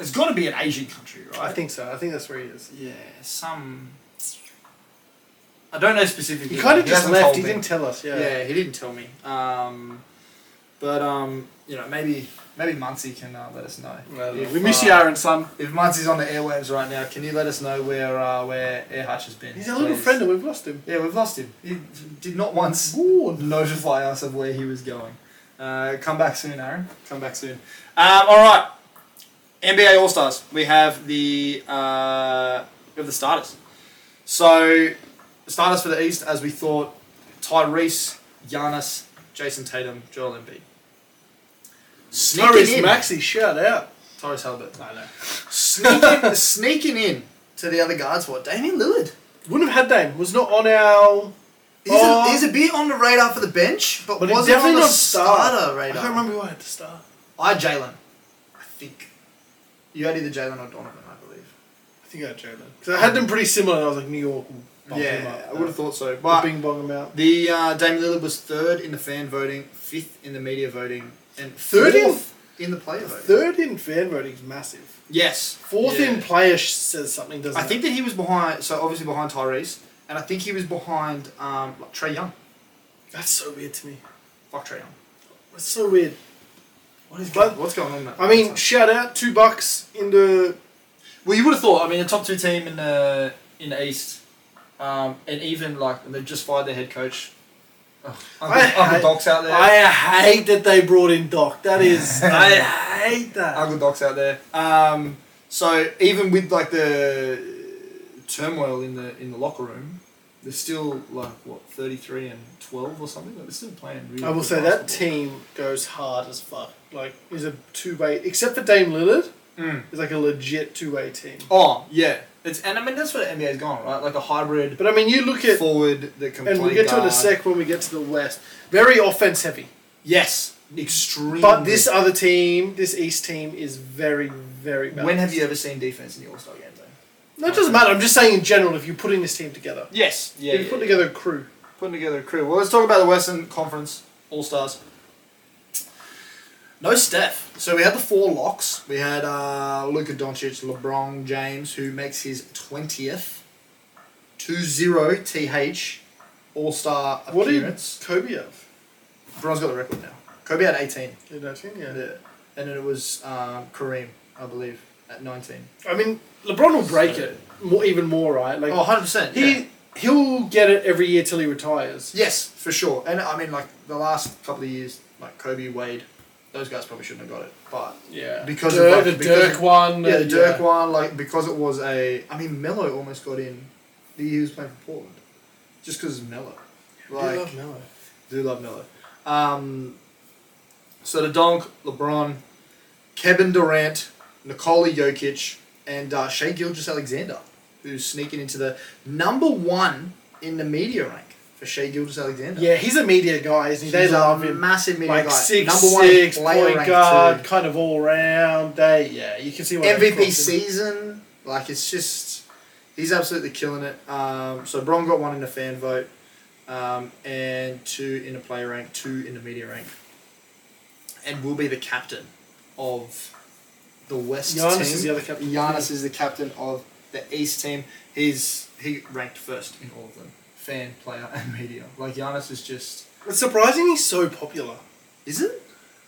H: it's got to be an Asian country, right?
G: I think so. I think that's where he is.
H: Yeah, some. I don't know specifically.
G: He kind of just
H: hasn't
G: left.
H: told
G: He
H: me.
G: didn't tell us. Yeah.
H: Yeah. he didn't tell me. Um, but um, you know, maybe maybe Muncie can uh, let us know.
G: Well,
H: If,
G: we miss
H: uh,
G: you, Aaron, son.
H: If Muncie's on the airwaves right now, can you let us know where uh, where Air Hutch has been?
G: He's our little
H: please?
G: friend, and we've lost him.
H: Yeah, we've lost him. He did not once notify us of where he was going. Uh, come back soon, Aaron. Come back soon. Um, all right. NBA All Stars. We have the uh, we have the starters. So starters for the East, as we thought, Tyrese, Giannis, Jason Tatum, Joel Embiid. Sneaking
G: Tyrese
H: in,
G: Maxey, shout out.
H: Tyrese Halbert.
G: I know.
H: Sneaking, sneaking in to the other guards. What? Damian Lillard.
G: Wouldn't have had Dame. Was not on our.
H: He's,
G: Oh.
H: a, he's a bit on the radar for the bench, but,
G: But he's
H: wasn't on
G: definitely
H: the
G: not starter.
H: starter
G: I
H: radar.
G: can't remember who I had to start.
H: I Jalen. I think. You had either Jalen or Donovan, I believe.
G: I think I had Jalen. Because I had them pretty similar, and I was like, New York. will bump him
H: yeah,
G: up.
H: I would have thought so.
G: We'll
H: But
G: Bing bong him out.
H: the uh, Damian Lillard was third in the fan voting, fifth in the media voting, and
G: Third in-
H: fourth in the player voting.
G: Third in fan voting is massive.
H: Yes,
G: Fourth
H: Yeah.
G: in player sh- says something, doesn't
H: I think that he was behind. So obviously behind Tyrese, and I think he was behind um, like Trey Young.
G: it? That's so weird to me.
H: Fuck Trey Young.
G: That's so weird.
H: What is
G: But-
H: going, what's going on? in that-
G: I mean, shout out two bucks into
H: Well, you would have thought. I mean, the top two team in the in the East, um, and even like they just fired their head coach. Ugh, Uncle,
G: I
H: Uncle
G: hate-
H: Doc's out there.
G: I hate that they brought in Doc. That is, I hate that.
H: Ugly docs out there. Um, so even with like the turmoil in the in the locker room, they're still like what thirty three and twelve or something. Like, they're still playing. Really
G: I will
H: good
G: say that
H: basketball.
G: team goes hard as fuck. Like, is a two bait except for Dame Lillard.
H: Hmm.
G: It's like a legit two way team.
H: Oh yeah, it's and I mean that's where the NBA's gone, right? Like a hybrid
G: But I mean, you look at
H: forward that can
G: and
H: play
G: we'll get to it in a
H: guard.
G: sec when we get to the West. Very offense heavy.
H: Yes, extremely.
G: But this other team, this East team, is very, very balanced.
H: when have you ever seen defense in the All Star game? Though?
G: No, it doesn't matter. I'm just saying in general, if you're putting this team together,
H: Yes, yeah.
G: if you put together a crew.
H: putting together a crew. Well, let's talk about the Western Conference All Stars. No Steph. So we had the four locks. We had uh, Luka Doncic, LeBron James, who makes his 20th 2-0 TH All-Star
G: What did
H: appearance.
G: Kobe have?
H: LeBron's got the record now. Kobe had 18.
G: In 19, yeah.
H: Yeah. And then it was um, Kareem, I believe, at 19.
G: I mean, LeBron will break it more, even more, right? Like
H: Oh, 100%.
G: he
H: yeah.
G: he'll get it every year till he retires.
H: Yes, for sure. And I mean, like, the last couple of years, like Kobe, Wade, those guys probably shouldn't have got it. But
G: Yeah,
H: Because of,
G: Dirk,
H: like,
G: the
H: because
G: Dirk
H: of-
G: one.
H: Yeah, the
G: uh,
H: Dirk one, like because it was a. I mean, Mello almost got in the year he was playing for Portland, just because Mello. Like,
G: I love Melo.
H: do love Mello. Um, so the Donk, LeBron, Kevin Durant, Nikola Jokic, and uh, Shea Gilgis Alexander, who's sneaking into the number one in the media rank for Shea Gilgis Alexander.
G: Yeah, he's a media guy, isn't he? They love him.
H: Massive media
G: Like
H: guy.
G: six,
H: number one
G: six,
H: player
G: point
H: rank
G: guard,
H: too.
G: kind of all round. They yeah, you can see what they
H: MVP
G: crossed in.
H: season. Like it's just he's absolutely killing it. Um, so Bron got one in the fan vote, um, and two in the player rank, two in the media rank, and will be the captain of the West
G: Giannis
H: team.
G: is the other captain.
H: Giannis is the captain of the East team. He's he ranked first in all of them. Fan, player, and media. Like Giannis is just
G: It's surprising he's so popular.
H: is it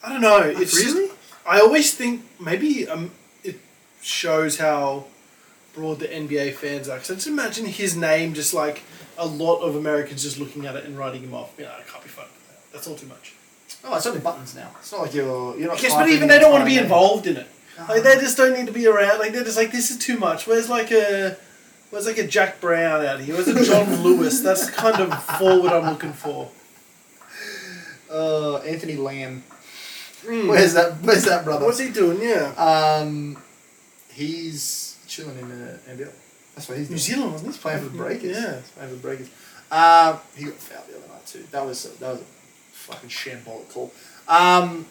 G: I don't know. It's just-
H: really?
G: I always think maybe um, it shows how broad the NBA fans are. Because I just imagine his name, just like a lot of Americans just looking at it and writing him off. You know, I can't be fucked with that. That's all too much.
H: Oh, it's only buttons now. It's not like you're you're not.
G: Yes, but
H: typing
G: even
H: the
G: they don't want to
H: entire
G: Uh-huh. be
H: name.
G: involved in it. Like they just don't need to be around. Like they're just like this is too much. Where's like a Where's like a Jack Brown out here? Where's a John Lewis? That's the kind of forward I'm looking for.
H: Uh, Anthony Lamb. Where's that? Where's that brother?
G: What's he doing? Yeah,
H: Um, he's chilling in uh, the NBL. That's what he's
G: New
H: doing.
G: Zealand wasn't he
H: He's playing for the Breakers.
G: Yeah.
H: he's playing for the Breakers. Um, he got fouled the other night too. That was that was a fucking shambolic call. Um,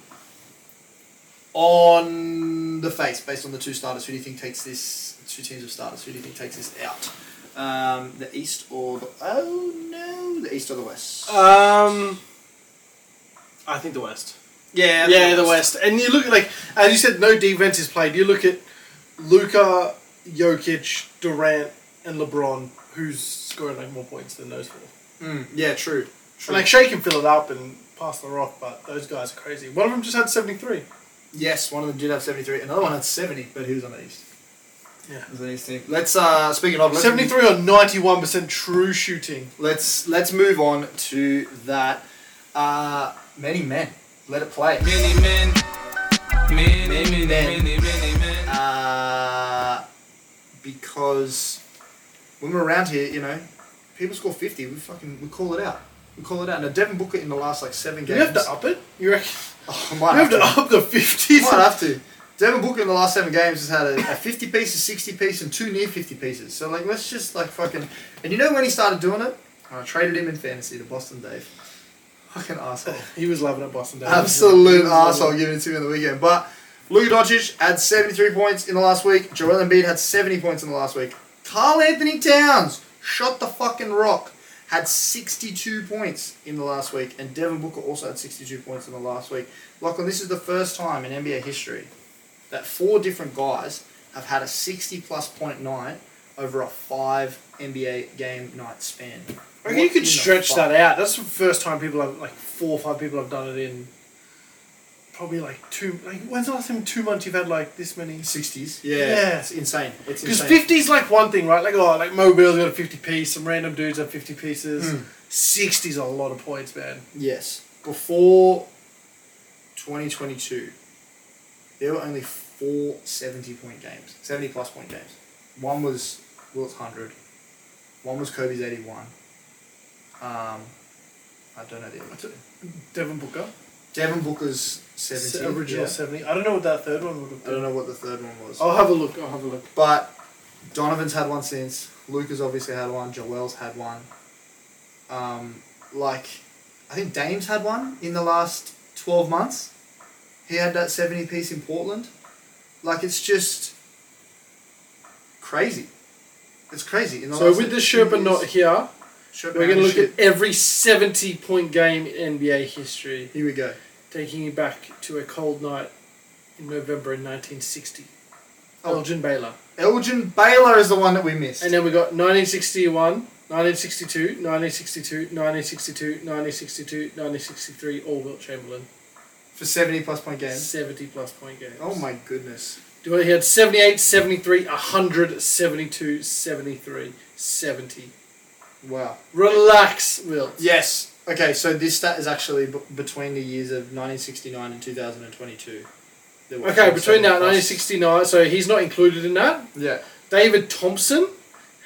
H: on the face, based on the two starters, who do you think takes this? Two teams of starters. Who do you think takes this out? Um, the East or the oh no, the East or the West?
G: Um, I think the West.
H: yeah,
G: Yeah, the West. And you look at like as you said, no defense is played. You look at Luca, Jokic, Durant, and LeBron, who's scoring like more points than those four.
H: Mm, yeah, true. True.
G: And like Shea can fill it up and pass the rock, but those guys are crazy. One of them just had seventy three.
H: Yes, one of them did have 73. Another one had 70, but he was on the East.
G: Yeah.
H: It was an East team. Let's, uh, speaking of, let's,
G: Seventy three or ninety one percent true shooting.
H: let's, let's move on to that. Uh, many men. Let it play.
C: Many men, many, many,
H: men.
C: many, many men.
H: Uh, because when we're around here, you know, people score 50, we fucking, we call it out. We call it out. Now, Devin Booker in the last, like, seven
G: Do
H: games.
G: we have to up it? You reckon?
H: Oh, I
G: We
H: might have
G: have to
H: to.
G: up the
H: He
G: fifties.
H: might have to. Devin Booker in the last seven games has had a, a 50 piece, a 60 piece, and two near 50 pieces. So, like, let's just, like, fucking. And you know when he started doing it? I traded him in fantasy to Boston Dave. Fucking asshole.
G: He was loving it, Boston. Dave.
H: Absolute
G: He was
H: asshole
G: loving
H: giving it to me on the weekend. But Luka Doncic had 73 points in the last week. Joel Embiid had 70 points in the last week. Carl Anthony Towns shot the fucking rock. Had 62 points in the last week. And Devin Booker also had 62 points in the last week. Lachlan, this is the first time in NBA history that four different guys have had a 60 plus point night over a five NBA game night span.
G: I reckon you could stretch that out. That's the first time people have like four or five people have done it in probably like two. Like when's the last time in two months you've had like this many?
H: 60s. Yeah.
G: Yeah.
H: It's insane. It's
G: Because
H: insane.
G: fifty's like one thing, right? Like oh, like Mobile's got a fifty piece, some random dudes have fifty pieces. Sixty's a lot of points, man.
H: Yes. Before 2022, there were only four 70 point games, 70 plus point games. One was Wilt's 100, one was Kobe's 81. Um, I don't know the other two.
G: Devin Booker,
H: Devin Booker's
G: Se-
H: 70.
G: original Oh,
H: yeah.
G: seventy. I don't know what that third one would have
H: I
G: been.
H: don't know what the third one was.
G: I'll have a look. I'll have a look.
H: But Donovan's had one since. Luke has obviously had one. Joel's had one. Um, like, I think Dame's had one in the last 12 months. He had that 70 piece in Portland. Like, it's just crazy. It's crazy. In the
G: So
H: last
G: with the
H: two
G: Sherpa
H: years-
G: not here,
H: Sherpa
G: we're going
H: and
G: to look
H: Sher-
G: at every seventy-point game in NBA history,
H: Here we go.
G: taking you back to a cold night in November in nineteen sixty.
H: Oh.
G: Elgin Baylor.
H: Elgin Baylor is the one that we missed.
G: And then we got 1961, 1962, 1962, 1962, 1962, 1963, all Wilt Chamberlain.
H: for 70 plus point games.
G: 70 plus point games.
H: Oh my goodness.
G: Do it, He had 78, 73, 100, 72, 73, 70.
H: Wow.
G: Relax, Wilt.
H: Yes. Okay, so this stat is actually b- between the years of 1969 and 2022. There were
G: Okay,
H: 70
G: between that,
H: plus-
G: 1969, so he's not included in that.
H: Yeah.
G: David Thompson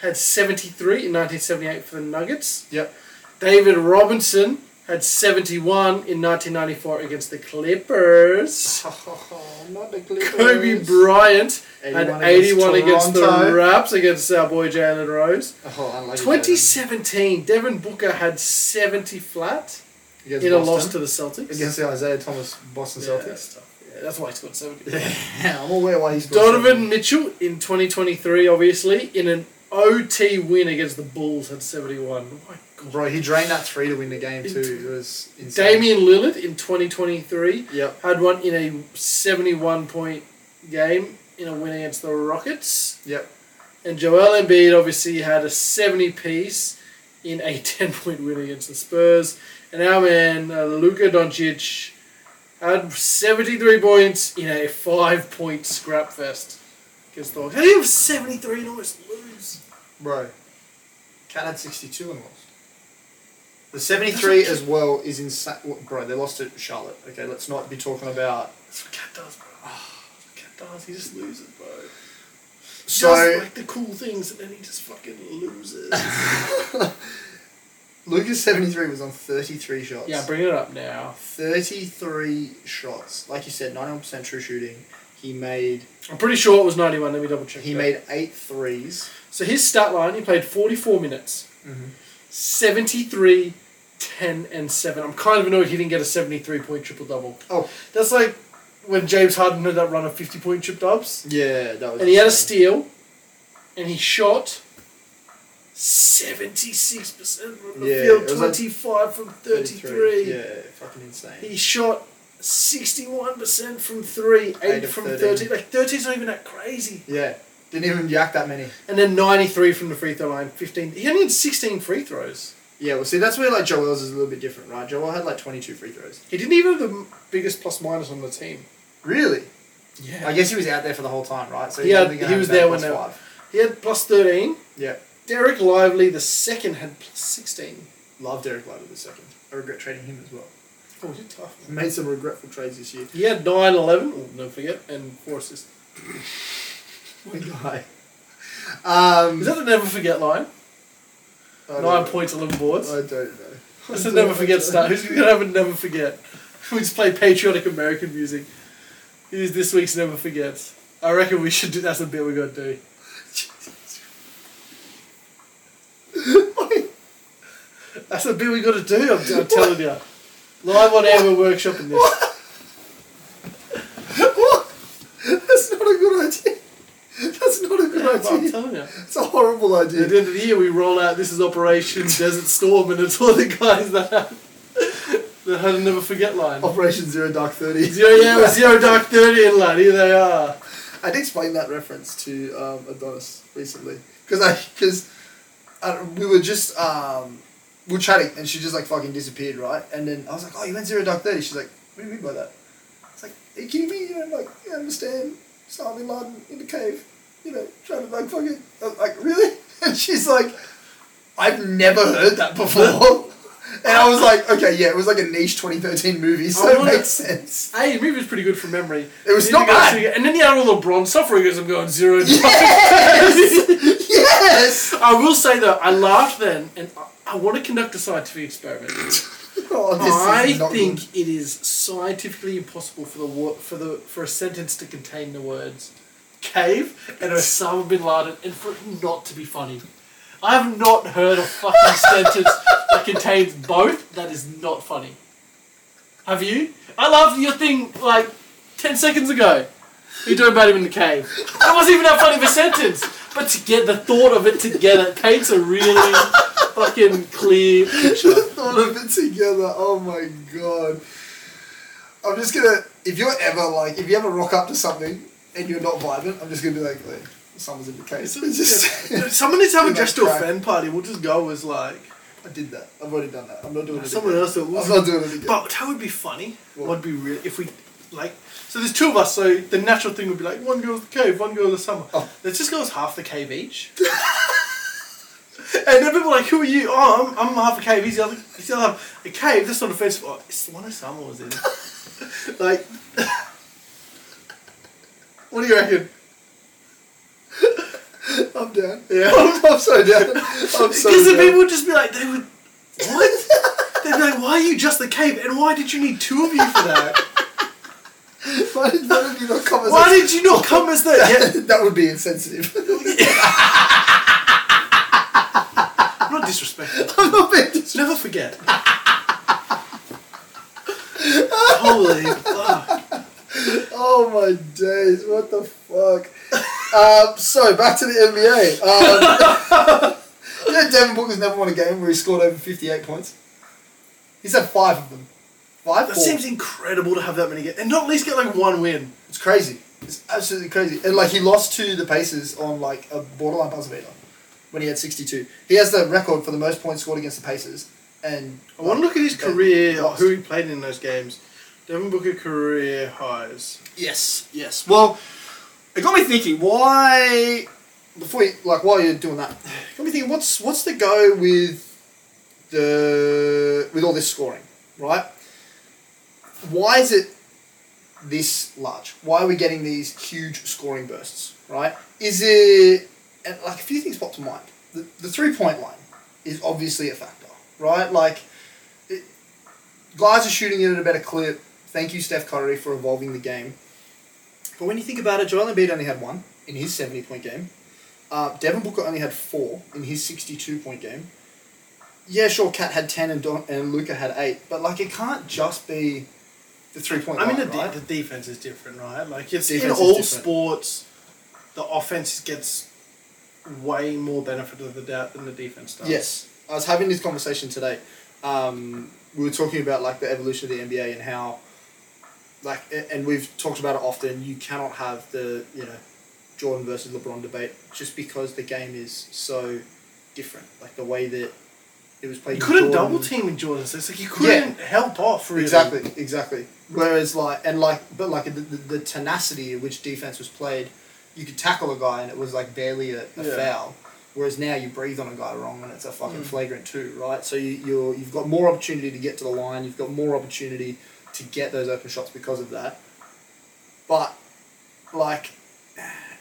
G: had 73 in 1978 for the Nuggets.
H: Yep.
G: David Robinson had 71 in 1994 against the Clippers.
H: not the
G: Kobe Bryant had 81 against, the
H: Toronto.
G: Raps against our boy Jalen Rose.
H: Oh, unlucky
G: 2017, Devin Booker had 70 flat
H: against
G: in a loss to
H: Boston.
G: the Celtics.
H: against the Isaiah Thomas Boston
G: yeah,
H: Celtics.
G: that's tough. Yeah, that's why he scored 70.
H: Yeah, I'm aware why he's
G: Donovan Mitchell in 2023, obviously, in an OT win against the Bulls had 71. Oh my God.
H: Bro, he drained that three to win the game too. It was insane.
G: Damian Lillard in 2023
H: Yep.
G: had one in a 71 point game in a win against the Rockets.
H: Yep.
G: And Joel Embiid obviously had a 70 piece in a 10 point win against the Spurs. And our man, uh, Luka Doncic, had 73 points in a 5 point scrap fest against the Hawks. How do you have 73 and almost lose?
H: Bro, Cat had 62 and lost. The 73 as well is insane. Bro, they lost to Charlotte. Okay, let's not be talking about.
G: That's what Cat does, bro. Ah, Cat does. He just loses, bro.
H: So,
G: does like the cool things and then he just fucking loses.
H: Lucas 73 was on 33 shots.
G: yeah, bring it up now.
H: 33 shots. Like you said, 91% true shooting. He made
G: I'm pretty sure it was 91. Let me double check.
H: he
G: that.
H: made eight threes.
G: So his stat line, he played 44 minutes, 73, 10, and 7. I'm kind of annoyed he didn't get a 73 point triple double.
H: Oh
G: That's like when James Harden had that run of 50 point trip dubs,
H: yeah, that was.
G: and he had a
H: insane.
G: steal, and he shot 76% from the
H: Yeah,
G: field,
H: it was like
G: 25 from 33.
H: Yeah, fucking insane.
G: He shot 61% from 3, 8,
H: Eight of
G: from
H: 13.
G: 13. Like, 13's not even that crazy.
H: Yeah, didn't even yak that many.
G: And then 93 from the free throw line, 15. He only had 16 free throws.
H: Yeah, well, see, that's where like Joel's is a little bit different, right? Joel had like 22 free throws.
G: He didn't even have the m- biggest plus minus on the team.
H: Really?
G: Yeah.
H: I guess he was out there for the whole time, right? So
G: Yeah,
H: only gonna
G: he
H: have
G: was
H: that
G: there
H: plus
G: when they-
H: five.
G: He had plus 13.
H: Yeah,
G: Derek Lively, the second, had plus 16.
H: love Derek Lively the second. I regret trading him as well.
G: Oh, he's tough. man.
H: Made some regretful trades this year.
G: He had 9, 11, oh, don't forget, and 4 assists.
H: What guy?
G: Is
H: Um,
G: that the never forget line?
H: I don't
G: 9
H: know.
G: points, 11 boards.
H: I don't know.
G: That's a never forget start. Who's going to have a never forget? We just play patriotic American music. Here's this week's never forgets. I reckon we should do that's a bit we're going to do. That's the bit we got to do. I'm, I'm telling you, live on air, we're workshopping this.
H: What? That's not a good idea. That's not a good
G: I'm
H: idea.
G: telling you.
H: It's a horrible
G: At the
H: idea.
G: end of the year, we roll out. This is Operation Desert Storm, and it's all the guys that have, that had a never forget line.
H: Operation Zero Dark Thirty.
G: Zero, yeah, with zero dark thirty in line. Here they are.
H: I'd explained that reference to um, Adonis recently because I because we were just um, we were chatting and she just like fucking disappeared right and then I was like oh you went zero dark thirty she's like what do you mean by that it's like are you kidding me you know like you understand Osama bin Laden in the cave you know trying to like fucking I was like really and she's like I've never heard that before. And I was like, okay, yeah, it was like a niche 2013 movie, so
G: I
H: it
G: wanna-
H: makes sense.
G: Hey, the movie was pretty good from memory.
H: It was
G: And
H: not
G: then you go
H: bad.
G: see- And then you had all the LeBron stuff where he goes, I'm going zero. and
H: Yes!
G: I will say though, I laughed then, and I, I want to conduct a scientific experiment.
H: Oh, this
G: I
H: is not
G: think
H: good.
G: it is scientifically impossible for the wo- for the for a sentence to contain the words cave and Osama bin Laden and for it not to be funny. I've not heard a fucking sentence that contains both that is not funny. Have you? I loved your thing like ten seconds ago. You talking about him in the cave. That wasn't even that funny of a sentence. But to get the thought of it together paints a really fucking clear picture.
H: thought of it together. Oh my god. I'm just gonna. If you're ever like, if you ever rock up to something and you're not vibrant, I'm just gonna be like, like someone's in the case. It's just,
G: Dude, Someone needs to have a
H: Like
G: dress to
H: crack.
G: offend party. We'll just go as like
H: I did that. I've already done that. I'm not doing it.
G: someone
H: again.
G: else. That
H: I'm not doing it again.
G: But that would be funny.
H: What?
G: What would be real if we like? So there's two of us. So the natural thing would be like one girl's the cave, one girl the summer.
H: Oh.
G: Let's just go as half the cave each. and then people are like, "Who are you? Oh, I'm, I'm half a cave. He's the other. He's the other half. a cave. That's not offensive. Oh, it's the one of summer was in.
H: like, what do you reckon? I'm down. Yeah, I'm, I'm so down. I'm so
G: Because the
H: down.
G: people would just be like, they would, what? They'd be like, why are you just the cave? And why did you need two of you for that?
H: Why did none of you not come as
G: Why
H: a-
G: did you not come as the? Yeah,
H: that would be insensitive.
G: I'm not disrespectful.
H: I'm not being dis-
G: Never forget. Holy fuck.
H: Oh my days! What the fuck? um, so back to the NBA. Um, you know, Devin Booker's never won a game where he scored over fifty-eight points. He's had five of them. Five.
G: That
H: Four.
G: seems incredible to have that many games. And not at least get like one win.
H: It's crazy. It's absolutely crazy. And like he lost to the Pacers on like a borderline buzzer beater when he had sixty-two. He has the record for the most points scored against the Pacers. And
G: I want to look at his
H: Yeah.
G: career, or who he played in those games. Devin Booker career highs.
H: Yes, yes. Well, it got me thinking. Why? Before you, like, while you're doing that, it got me thinking. What's what's the go with the with all this scoring, right? Why is it this large? Why are we getting these huge scoring bursts, right? Is it and like a few things pop to mind. The, the three point line is obviously a factor, right? Like, it, guys are shooting it at a better clip. Thank you, Steph Curry, for evolving the game. But when you think about it, Joel Embiid only had one in his 70 point game. Uh, Devin Booker only had four in his 62 point game. Yeah, sure, Kat had 10 and, Don- and Luca had eight, but like it can't just be the three point
G: I
H: line.
G: mean, the, de-
H: right?
G: the defense is different, right? Like, it's in
H: Defense is
G: all
H: different.
G: sports, the offense gets way more benefit of the doubt than the defense does.
H: Yes, I was having this conversation today. Um, we were talking about like the evolution of the NBA and how, like, a- and we've talked about it often. You cannot have the you know, Jordan versus LeBron debate just because the game is so different. Like the way that it was played.
G: You
H: with
G: couldn't
H: Jordan-
G: double team in Jordan. So it's like you couldn't help off, really.
H: Mm. Exactly, exactly. Whereas like and like, but like the, the, the tenacity in which defense was played, you could tackle a guy and it was like barely a, a
G: Yeah.
H: foul. Whereas now you breathe on a guy wrong and it's a fucking flagrant too, right? So you, you're you've got more opportunity to get to the line. You've got more opportunity to get those open shots because of that. But like,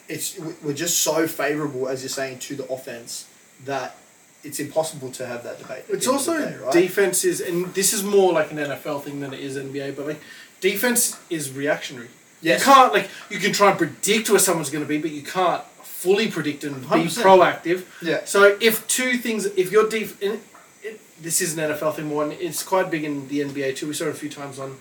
H: it's we- we're just so favorable as you're saying to the offense that. It's impossible to have that debate. at
G: It's
H: the end of the
G: also
H: day, right?
G: defenses, and this is more like an NFL thing than it is NBA. But like, defense is reactionary.
H: Yes.
G: You can't like you can try and predict where someone's going to be, but you can't fully predict and be
H: 100%.
G: proactive.
H: Yeah.
G: So if two things, if your def, and it, this is an NFL thing. One, it's quite big in the NBA too. We saw it a few times on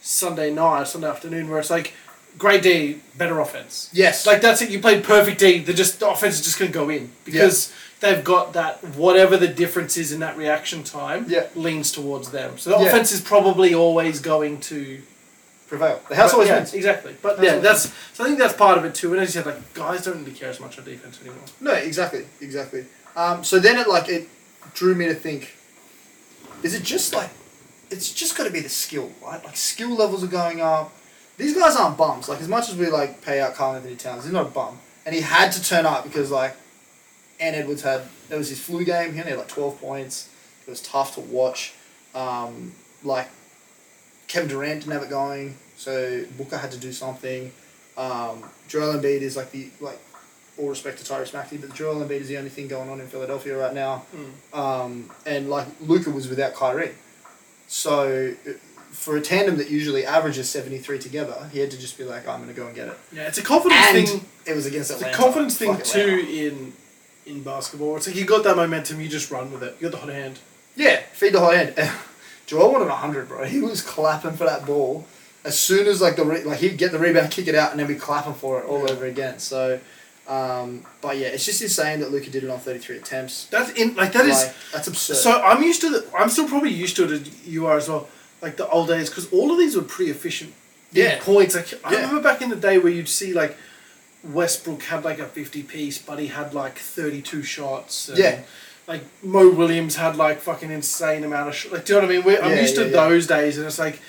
G: Sunday night, Sunday afternoon, where it's like. Great D, better offense.
H: Yes.
G: like that's it. You played perfect D. They're just the offense is just going to go in because they've got that whatever the difference is in that reaction time
H: Yeah.
G: leans towards them. So the
H: Yeah.
G: offense is probably always going to
H: prevail. The house
G: but
H: always
G: yeah,
H: wins.
G: Exactly. But
H: House
G: yeah,
H: always
G: that's so I think that's part of it too. And as you said, like guys don't really care as much on defense anymore.
H: No, exactly, exactly. Um, so then it like it drew me to think: Is it just like it's just got to be the skill, right? Like skill levels are going up. These guys aren't bums. Like as much as we like pay out Carl Anthony Towns, he's not a bum, and he had to turn up because like, Ann Edwards had it was his flu game. He only had like twelve points. It was tough to watch. Um, like Kevin Durant didn't have it going, so Booker had to do something. Um, Joel Embiid is like the like all respect to Tyrese Maxey, but Joel Embiid is the only thing going on in Philadelphia right now. Um, and like Luca was without Kyrie, So uh, for a tandem that usually averages 73 together, he had to just be like, I'm going to go and get it.
I: Yeah, it's a confidence
H: And
I: thing.
H: it was against
I: It's a
H: Atlanta.
I: confidence thing
H: Fuck Atlanta.
I: too in in basketball. It's like you got that momentum, you just run with it. You got the hot hand.
H: Yeah, feed the high end. Joel wanted hundred, bro. He was clapping for that ball. As soon as like the re- like he'd get the rebound, kick it out, and then be clapping for it all over again. So, um, but yeah, it's just insane that Luca did it on thirty three attempts.
I: That's in like that is.
H: Like, that's absurd.
I: So I'm used to the. I'm still probably used to it. As you are as well. Like the old days, because all of these were pretty efficient.
H: Yeah.
I: Points. Like I
H: Yeah.
I: remember back in the day where you'd see like Westbrook had like a fifty piece, but he had like thirty two shots. and,
H: Yeah.
I: Like Mo Williams had like fucking insane amount of sh- like. Do you know what I mean? We're, I'm
H: Yeah,
I: used to
H: yeah, yeah.
I: those days, and it's like.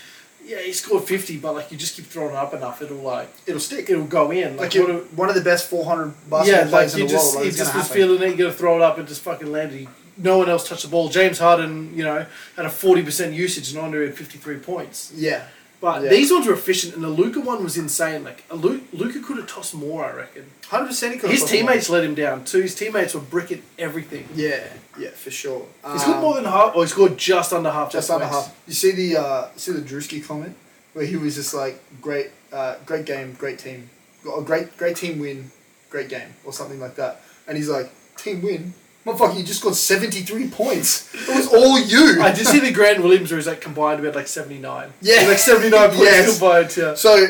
I: Yeah, he scored fifty, but like you just keep throwing up enough, it'll like
H: it'll stick.
I: it'll go in. Like,
H: like
I: what
H: you
I: a-
H: one of the best four hundred basketball
I: yeah, like
H: players in
I: you
H: the
I: just
H: world. Like,
I: he
H: it's
I: just
H: gonna
I: was
H: happen.
I: feeling it. You got to throw it up and just fucking landed. He, no one else touched the ball. James Harden, you know, had a forty percent usage and under had fifty three points.
H: Yeah,
I: But
H: Yeah.
I: these ones were efficient, and the Luca one was insane. Like Luca could have tossed more, I reckon.
H: hundred percent. he could
I: His
H: have put more.
I: teammates let him down too. His teammates were bricking everything.
H: Yeah, yeah, for sure.
I: He scored more than half, or he scored just under half.
H: just
I: their
H: under
I: points.
H: half. You see the uh, see the Drewski comment where he was just like great, uh, great game, great team, or great great team win, great game, or something like that. And he's like, team win, motherfucker, you just got seventy three points. It was all you.
I: I did see the Grant Williams where he's like combined about like seventy nine.
H: Yeah.
I: like seventy nine points
H: Yes.
I: combined. Yeah.
H: So,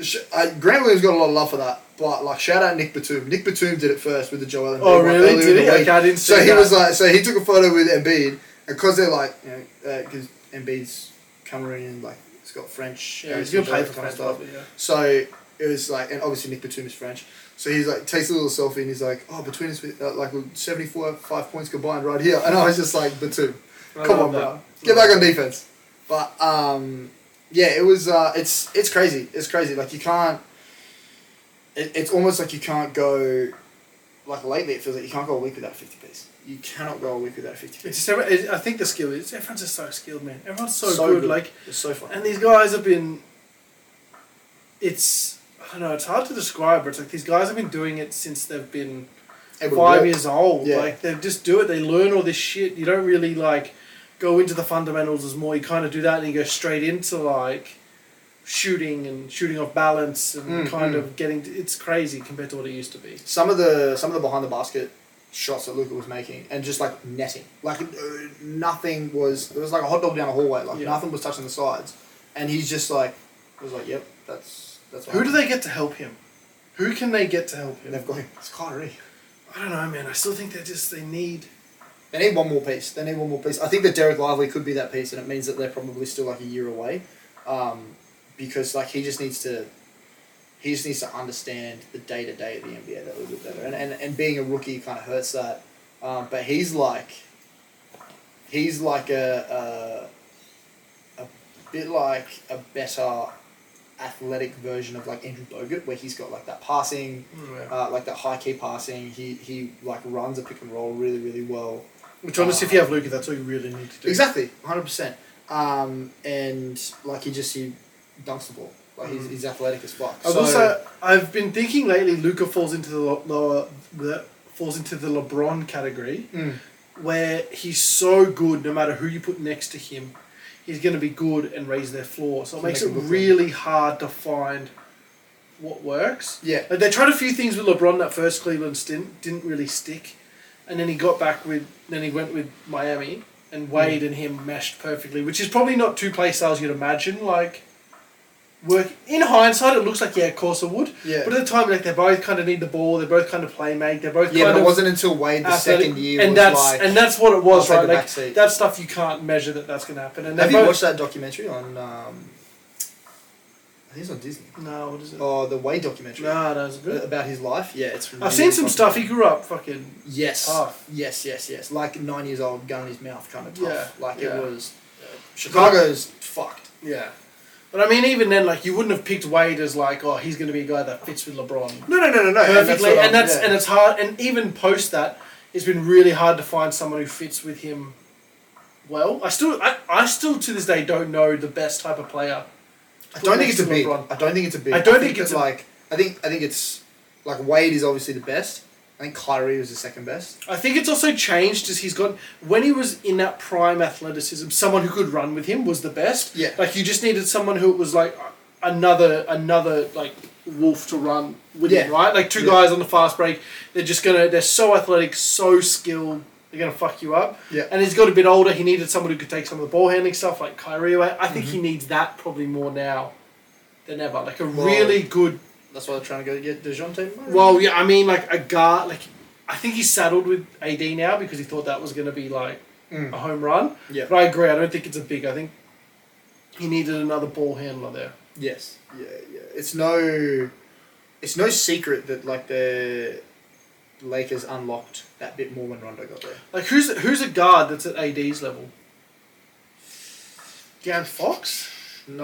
H: sh- uh, Grant Williams got a lot of love for that, but like shout out Nick Batum. Nick Batum did it first with the Joel Embiid.
I: Oh,
H: one
I: really?
H: earlier
I: Did
H: in the
I: he?
H: week.
I: Okay, I didn't
H: So
I: see
H: he
I: that.
H: was like, so he took a photo with Embiid, and because they're like, you know, because Embiid's Cameroonian, like he's got French,
I: Yeah, he's
H: heritage,
I: gonna play
H: all that
I: for
H: kind of
I: France,
H: stuff.
I: probably, yeah.
H: So it was like, and obviously Nick Batum is French. So he's like takes a little selfie and he's like, oh, between us, we- uh, like we're seventy four five points combined right here, and I was just like, Batum,
I: I
H: come
I: love
H: on,
I: that.
H: bro, get back on defense. But um, yeah, it was. Uh, it's it's crazy. It's crazy. Like you can't. It, it's almost like you can't go. Like lately, it feels like you can't go a week without a fifty piece. You cannot go a week without a fifty
I: It's
H: piece.
I: just, every- it- I think the skill is everyone's just so skilled, man. Everyone's so, good. Like
H: it's so fun.
I: And these guys have been. It's I don't know. It's hard to describe, but it's like these guys have been doing it since they've been
H: Able to
I: five
H: work.
I: years old.
H: Yeah.
I: Like they just do it. They learn all this shit. You don't really like go into the fundamentals as more. You kind of do that, and you go straight into like shooting and shooting off balance and kind of getting. It's crazy compared to what it used to be.
H: Some of the some of the behind the basket shots that Luca was making, and just like netting, like uh, nothing was. It was like a hot dog down a hallway. Like
I: Yeah.
H: nothing was touching the sides, and he's just like, was like, yep, that's that's. what
I: Who do
H: happened."
I: they get to help him? Who can they get to help him?
H: And they've got him. It's Kyrie.
I: I don't know, man. I still think they just they need.
H: They need one more piece. They need one more piece. I think that Derek Lively could be that piece, and it means that they're probably still like a year away, um, because like he just needs to, he just needs to understand the day to day of the NBA that little bit better. And, and and being a rookie kind of hurts that, um, but he's like, he's like a, a, a bit like a better athletic version of like Andrew Bogut, where he's got like that passing, uh, like that high key passing. He he like runs a pick and roll really really well.
I: Which honestly, if you have Luca, that's all you really need to do.
H: Exactly, hundred percent. Um, and like he just he dunks the ball. Like
I: Mm.
H: he's, he's athletic as fuck.
I: I've
H: So-
I: also I've been thinking lately. Luca falls into the lo- lower the falls into the LeBron category,
H: Hmm.
I: where he's so good no matter who you put next to him, he's going to be good and raise their floor. So it makes
H: make
I: it
H: it look
I: really hard to find what works.
H: Yeah.
I: like they tried a few things with LeBron that first Cleveland stint didn't really stick, and then he got back with then he went with Miami.
H: Hmm.
I: And Wade and him meshed perfectly, which is probably not two play styles you'd imagine. Like, work. In hindsight, it looks like yeah, of course it would.
H: Yeah.
I: But at the time, like they both kind of need the ball. They both kind of play make. They both
H: yeah,
I: kind
H: but
I: of
H: it wasn't until Wade the
I: athletic,
H: second year
I: and
H: was
I: that's
H: like.
I: and that's what it was,
H: I'll
I: right?
H: take a
I: Like
H: backseat.
I: that stuff you can't measure that that's gonna happen. And
H: have
I: they
H: you
I: both,
H: watched that documentary on? Um, I think it's on Disney.
I: No, what is it?
H: Oh, the Wade documentary
I: no, no, it's
H: Uh,
I: good.
H: about his life. Yeah, it's. really
I: I've seen some
H: fucking-
I: stuff. He grew up fucking.
H: Yes.
I: Tough.
H: Yes, yes, yes. Like nine years old, gun in his mouth, kind of tough.
I: Yeah,
H: Like
I: yeah.
H: it was. Uh, Chicago's fucked.
I: Yeah. But I mean, even then, like you wouldn't have picked Wade as like, oh, he's gonna be a guy that fits with LeBron.
H: No, no, no, no, no.
I: perfectly, and that's
H: yeah.
I: and it's hard. And even post that, it's been really hard to find someone who fits with him. Well, I still, I, I still to this day don't know the best type of player.
H: I don't think it's a
I: to
H: big.
I: LeBron.
H: I don't think it's a big.
I: I don't think
H: that,
I: it's a-
H: like. I think I think it's like Wade is obviously the best, I think Kyrie was the second best.
I: I think it's also changed as he's got when he was in that prime athleticism, someone who could run with him was the best.
H: Yeah.
I: Like you just needed someone who was like another another like wolf to run with him,
H: Yeah.
I: right? Like two
H: Yeah.
I: guys on the fast break, they're just gonna they're so athletic, so skilled, they're gonna fuck you up.
H: Yeah.
I: And he's got a bit older, he needed someone who could take some of the ball handling stuff like Kyrie away. I
H: Mm-hmm.
I: think he needs that probably more now than ever. Like a
H: Well-
I: really good
H: That's why they're trying to go get Dejounte. Murray.
I: well, yeah, I mean, like a guard, like I think he's saddled with AD now because he thought that was going to be like a home run.
H: Mm. Yeah.
I: But I agree. I don't think it's a big. I think he needed another ball handler there.
H: Yes. Yeah, yeah. It's no, it's no secret that like the Lakers unlocked that bit more when Rondo got there.
I: Like who's who's a guard that's at AD's level? De'Aaron Fox.
H: No,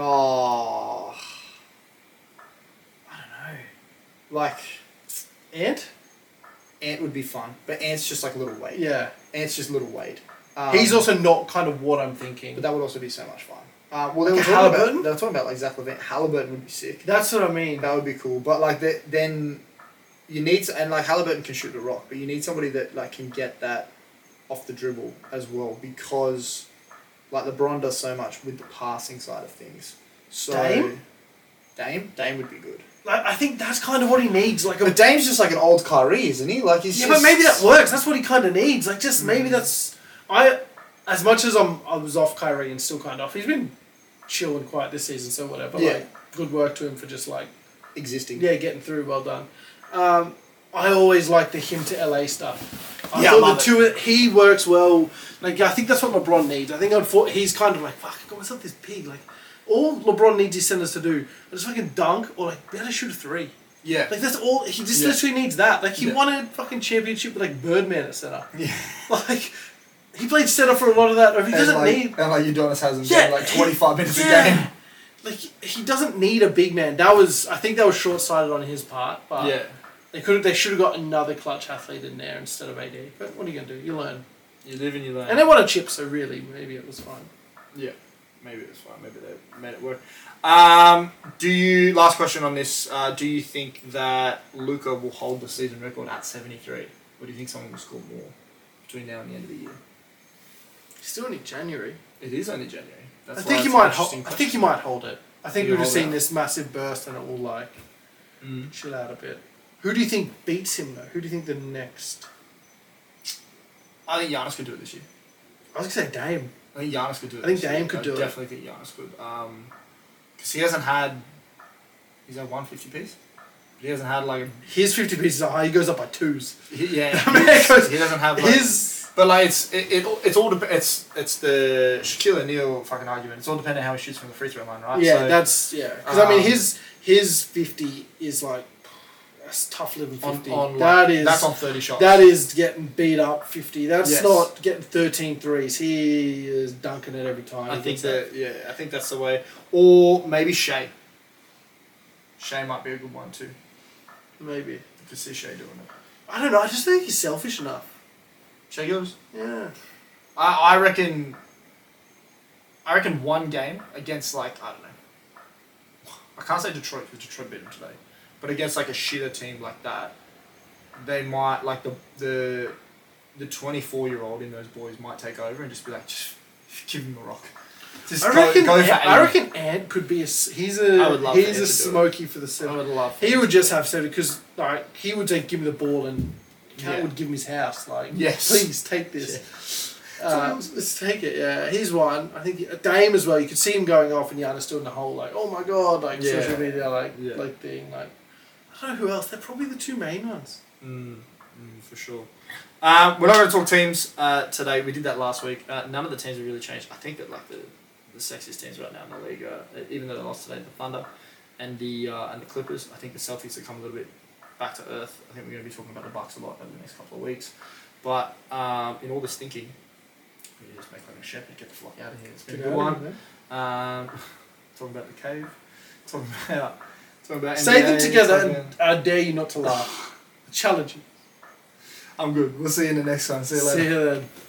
H: I don't know. Like
I: Ant.
H: Ant would be fun, but Ant's just like little Wade.
I: Yeah.
H: Ant's just little Wade. Um,
I: he's also not kind of what I'm thinking.
H: but that would also be so much fun. Uh, well, they
I: Like
H: were talking
I: a Halliburton?
H: about they were talking about like Zach Levine. Halliburton would be sick.
I: that's what I mean.
H: That would be cool. But like the, then you need to, and like Halliburton can shoot the rock, but you need somebody that like can get that off the dribble as well because like LeBron does so much with the passing side of things. So
I: Dame?
H: Dame, Dame would be good.
I: Like, I think that's kind of what he needs. Like a
H: But Dame's just like an old Kyrie, isn't he? Like he's
I: Yeah,
H: just- Mm.
I: but maybe that works. That's what he kind of needs. Like, just maybe that's I. As much as I'm, I was off Kyrie and still kind of off. He's been chill and quiet this season, so whatever.
H: Yeah.
I: Like, good work to him for just like
H: existing.
I: yeah, getting through. Well done. Um, I always like the him to LA stuff. I
H: Yeah, I
I: thought
H: love
I: the two he works well. Like I think that's what LeBron needs. I think unfor- he's kind of like fuck. God, what's up this pig? Like all LeBron needs his centers to do is fucking dunk or like better shoot a three.
H: Yeah.
I: Like that's all he just
H: Yeah.
I: literally needs that. Like he
H: Yeah.
I: won a fucking championship with like Birdman at center. Yeah. Like he played center for a lot of that. Or he
H: and
I: doesn't
H: like,
I: need
H: and like Udonis hasn't
I: Yeah,
H: been like
I: he-
H: twenty five minutes a
I: yeah.
H: game.
I: like he doesn't need a big man. That was I think that was short sighted on his part. But they could they should have got another clutch athlete in there instead of AD. But what are you gonna do? You learn.
J: You live and you learn.
I: And they won a chip, so really maybe it was fine.
H: Yeah, maybe that's fine. Maybe they made it work. Um, do you? Last question on this. Uh, do you think that Luca will hold the season record at seventy three, or do you think someone will score more between now and the end of the year?
I: Still in January.
H: It is only January. That's
I: I
H: why
I: think
H: it's
I: you
H: an
I: might. Ho-
H: interesting
I: I think
H: question.
I: you might hold it. I think
H: You
I: we've just
H: hold
I: seen
H: it. Mm.
I: this massive burst, and it will like chill out a bit. Who do you think beats him though? Who do you think the next?
H: I think Giannis could do it this year.
I: I was gonna say Dame.
H: I think Giannis could do it.
I: I think
H: this
I: Dame
H: year.
I: could
H: I
I: do it.
H: Definitely think Giannis could. Um, because he hasn't had. He's had one fifty piece. He hasn't had like a
I: His fifty pieces are high. "Oh, He goes up by twos.
H: He, yeah,
I: I mean, it goes-
H: he doesn't have like,
I: his-
H: But like, it's it, it it's all dep- it's it's the Shaquille O'Neal fucking argument. It's all dependent on how he shoots from the free throw line, right?
I: Yeah,
H: So-
I: that's yeah. Because I mean,
H: um,
I: his his fifty is like that's tough living
H: on,
I: fifty.
H: on like,
I: that is
H: that's on thirty shots.
I: that is getting beat up fifty. That's
H: Yes.
I: not getting 13 threes. He is dunking it every time.
H: I
I: He
H: think
I: gets
H: that yeah, I think that's the way. Or maybe Shea. Shea might be a good one too.
I: maybe.
H: I could see Shea doing it.
I: I don't know. I just think he's selfish enough.
H: Shea Gillis.
I: Yeah.
H: I I reckon. I reckon one game against like I don't know. I can't say Detroit because Detroit beat them today, but against like a shitter team like that, they might like the the the twenty four year old in those boys might take over and just be like, just give him the rock. Just
I: I
H: go-
I: reckon.
H: go for
I: Ant, I
H: eighty.
I: reckon Ant could be a. s- He's a.
H: I would love for Ant
I: he's
H: to do
I: a
H: it.
I: smoky for the
H: I would
I: seven.
H: love.
I: He would just have seven because like he would say, "Give me the ball," and Cat
H: Yeah.
I: would give him his house. Like,
H: Yes.
I: please take this. Uh, let's take it. Yeah, he's one. I think Dame as well. You could see him going off, and Giannis doing the whole like, "Oh my god!" Like
H: Yeah.
I: social media, like
H: Yeah.
I: like thing. Like, I don't know who else. They're probably the two main ones.
H: Mm, for sure. Um, we're not going to talk teams uh, today. We did that last week. Uh, none of the teams have really changed. I think that like the, the sexiest teams right now in the league, are, e-, even though they lost today, the Thunder and the uh, and the Clippers. I think the Celtics have come a little bit back to earth. I think we're going to be talking about the Bucks a lot over the next couple of weeks. But um, in all this thinking, we need to just make like a ship and get the flock out of here. It's been a good one. Um, talking about the cave. Talking about talking about
I: Say them
H: NBA,
I: together,
H: talking-
I: and I dare you not to laugh. Challenge you.
H: I'm good. We'll see you in the next one. See you later.
I: See you then.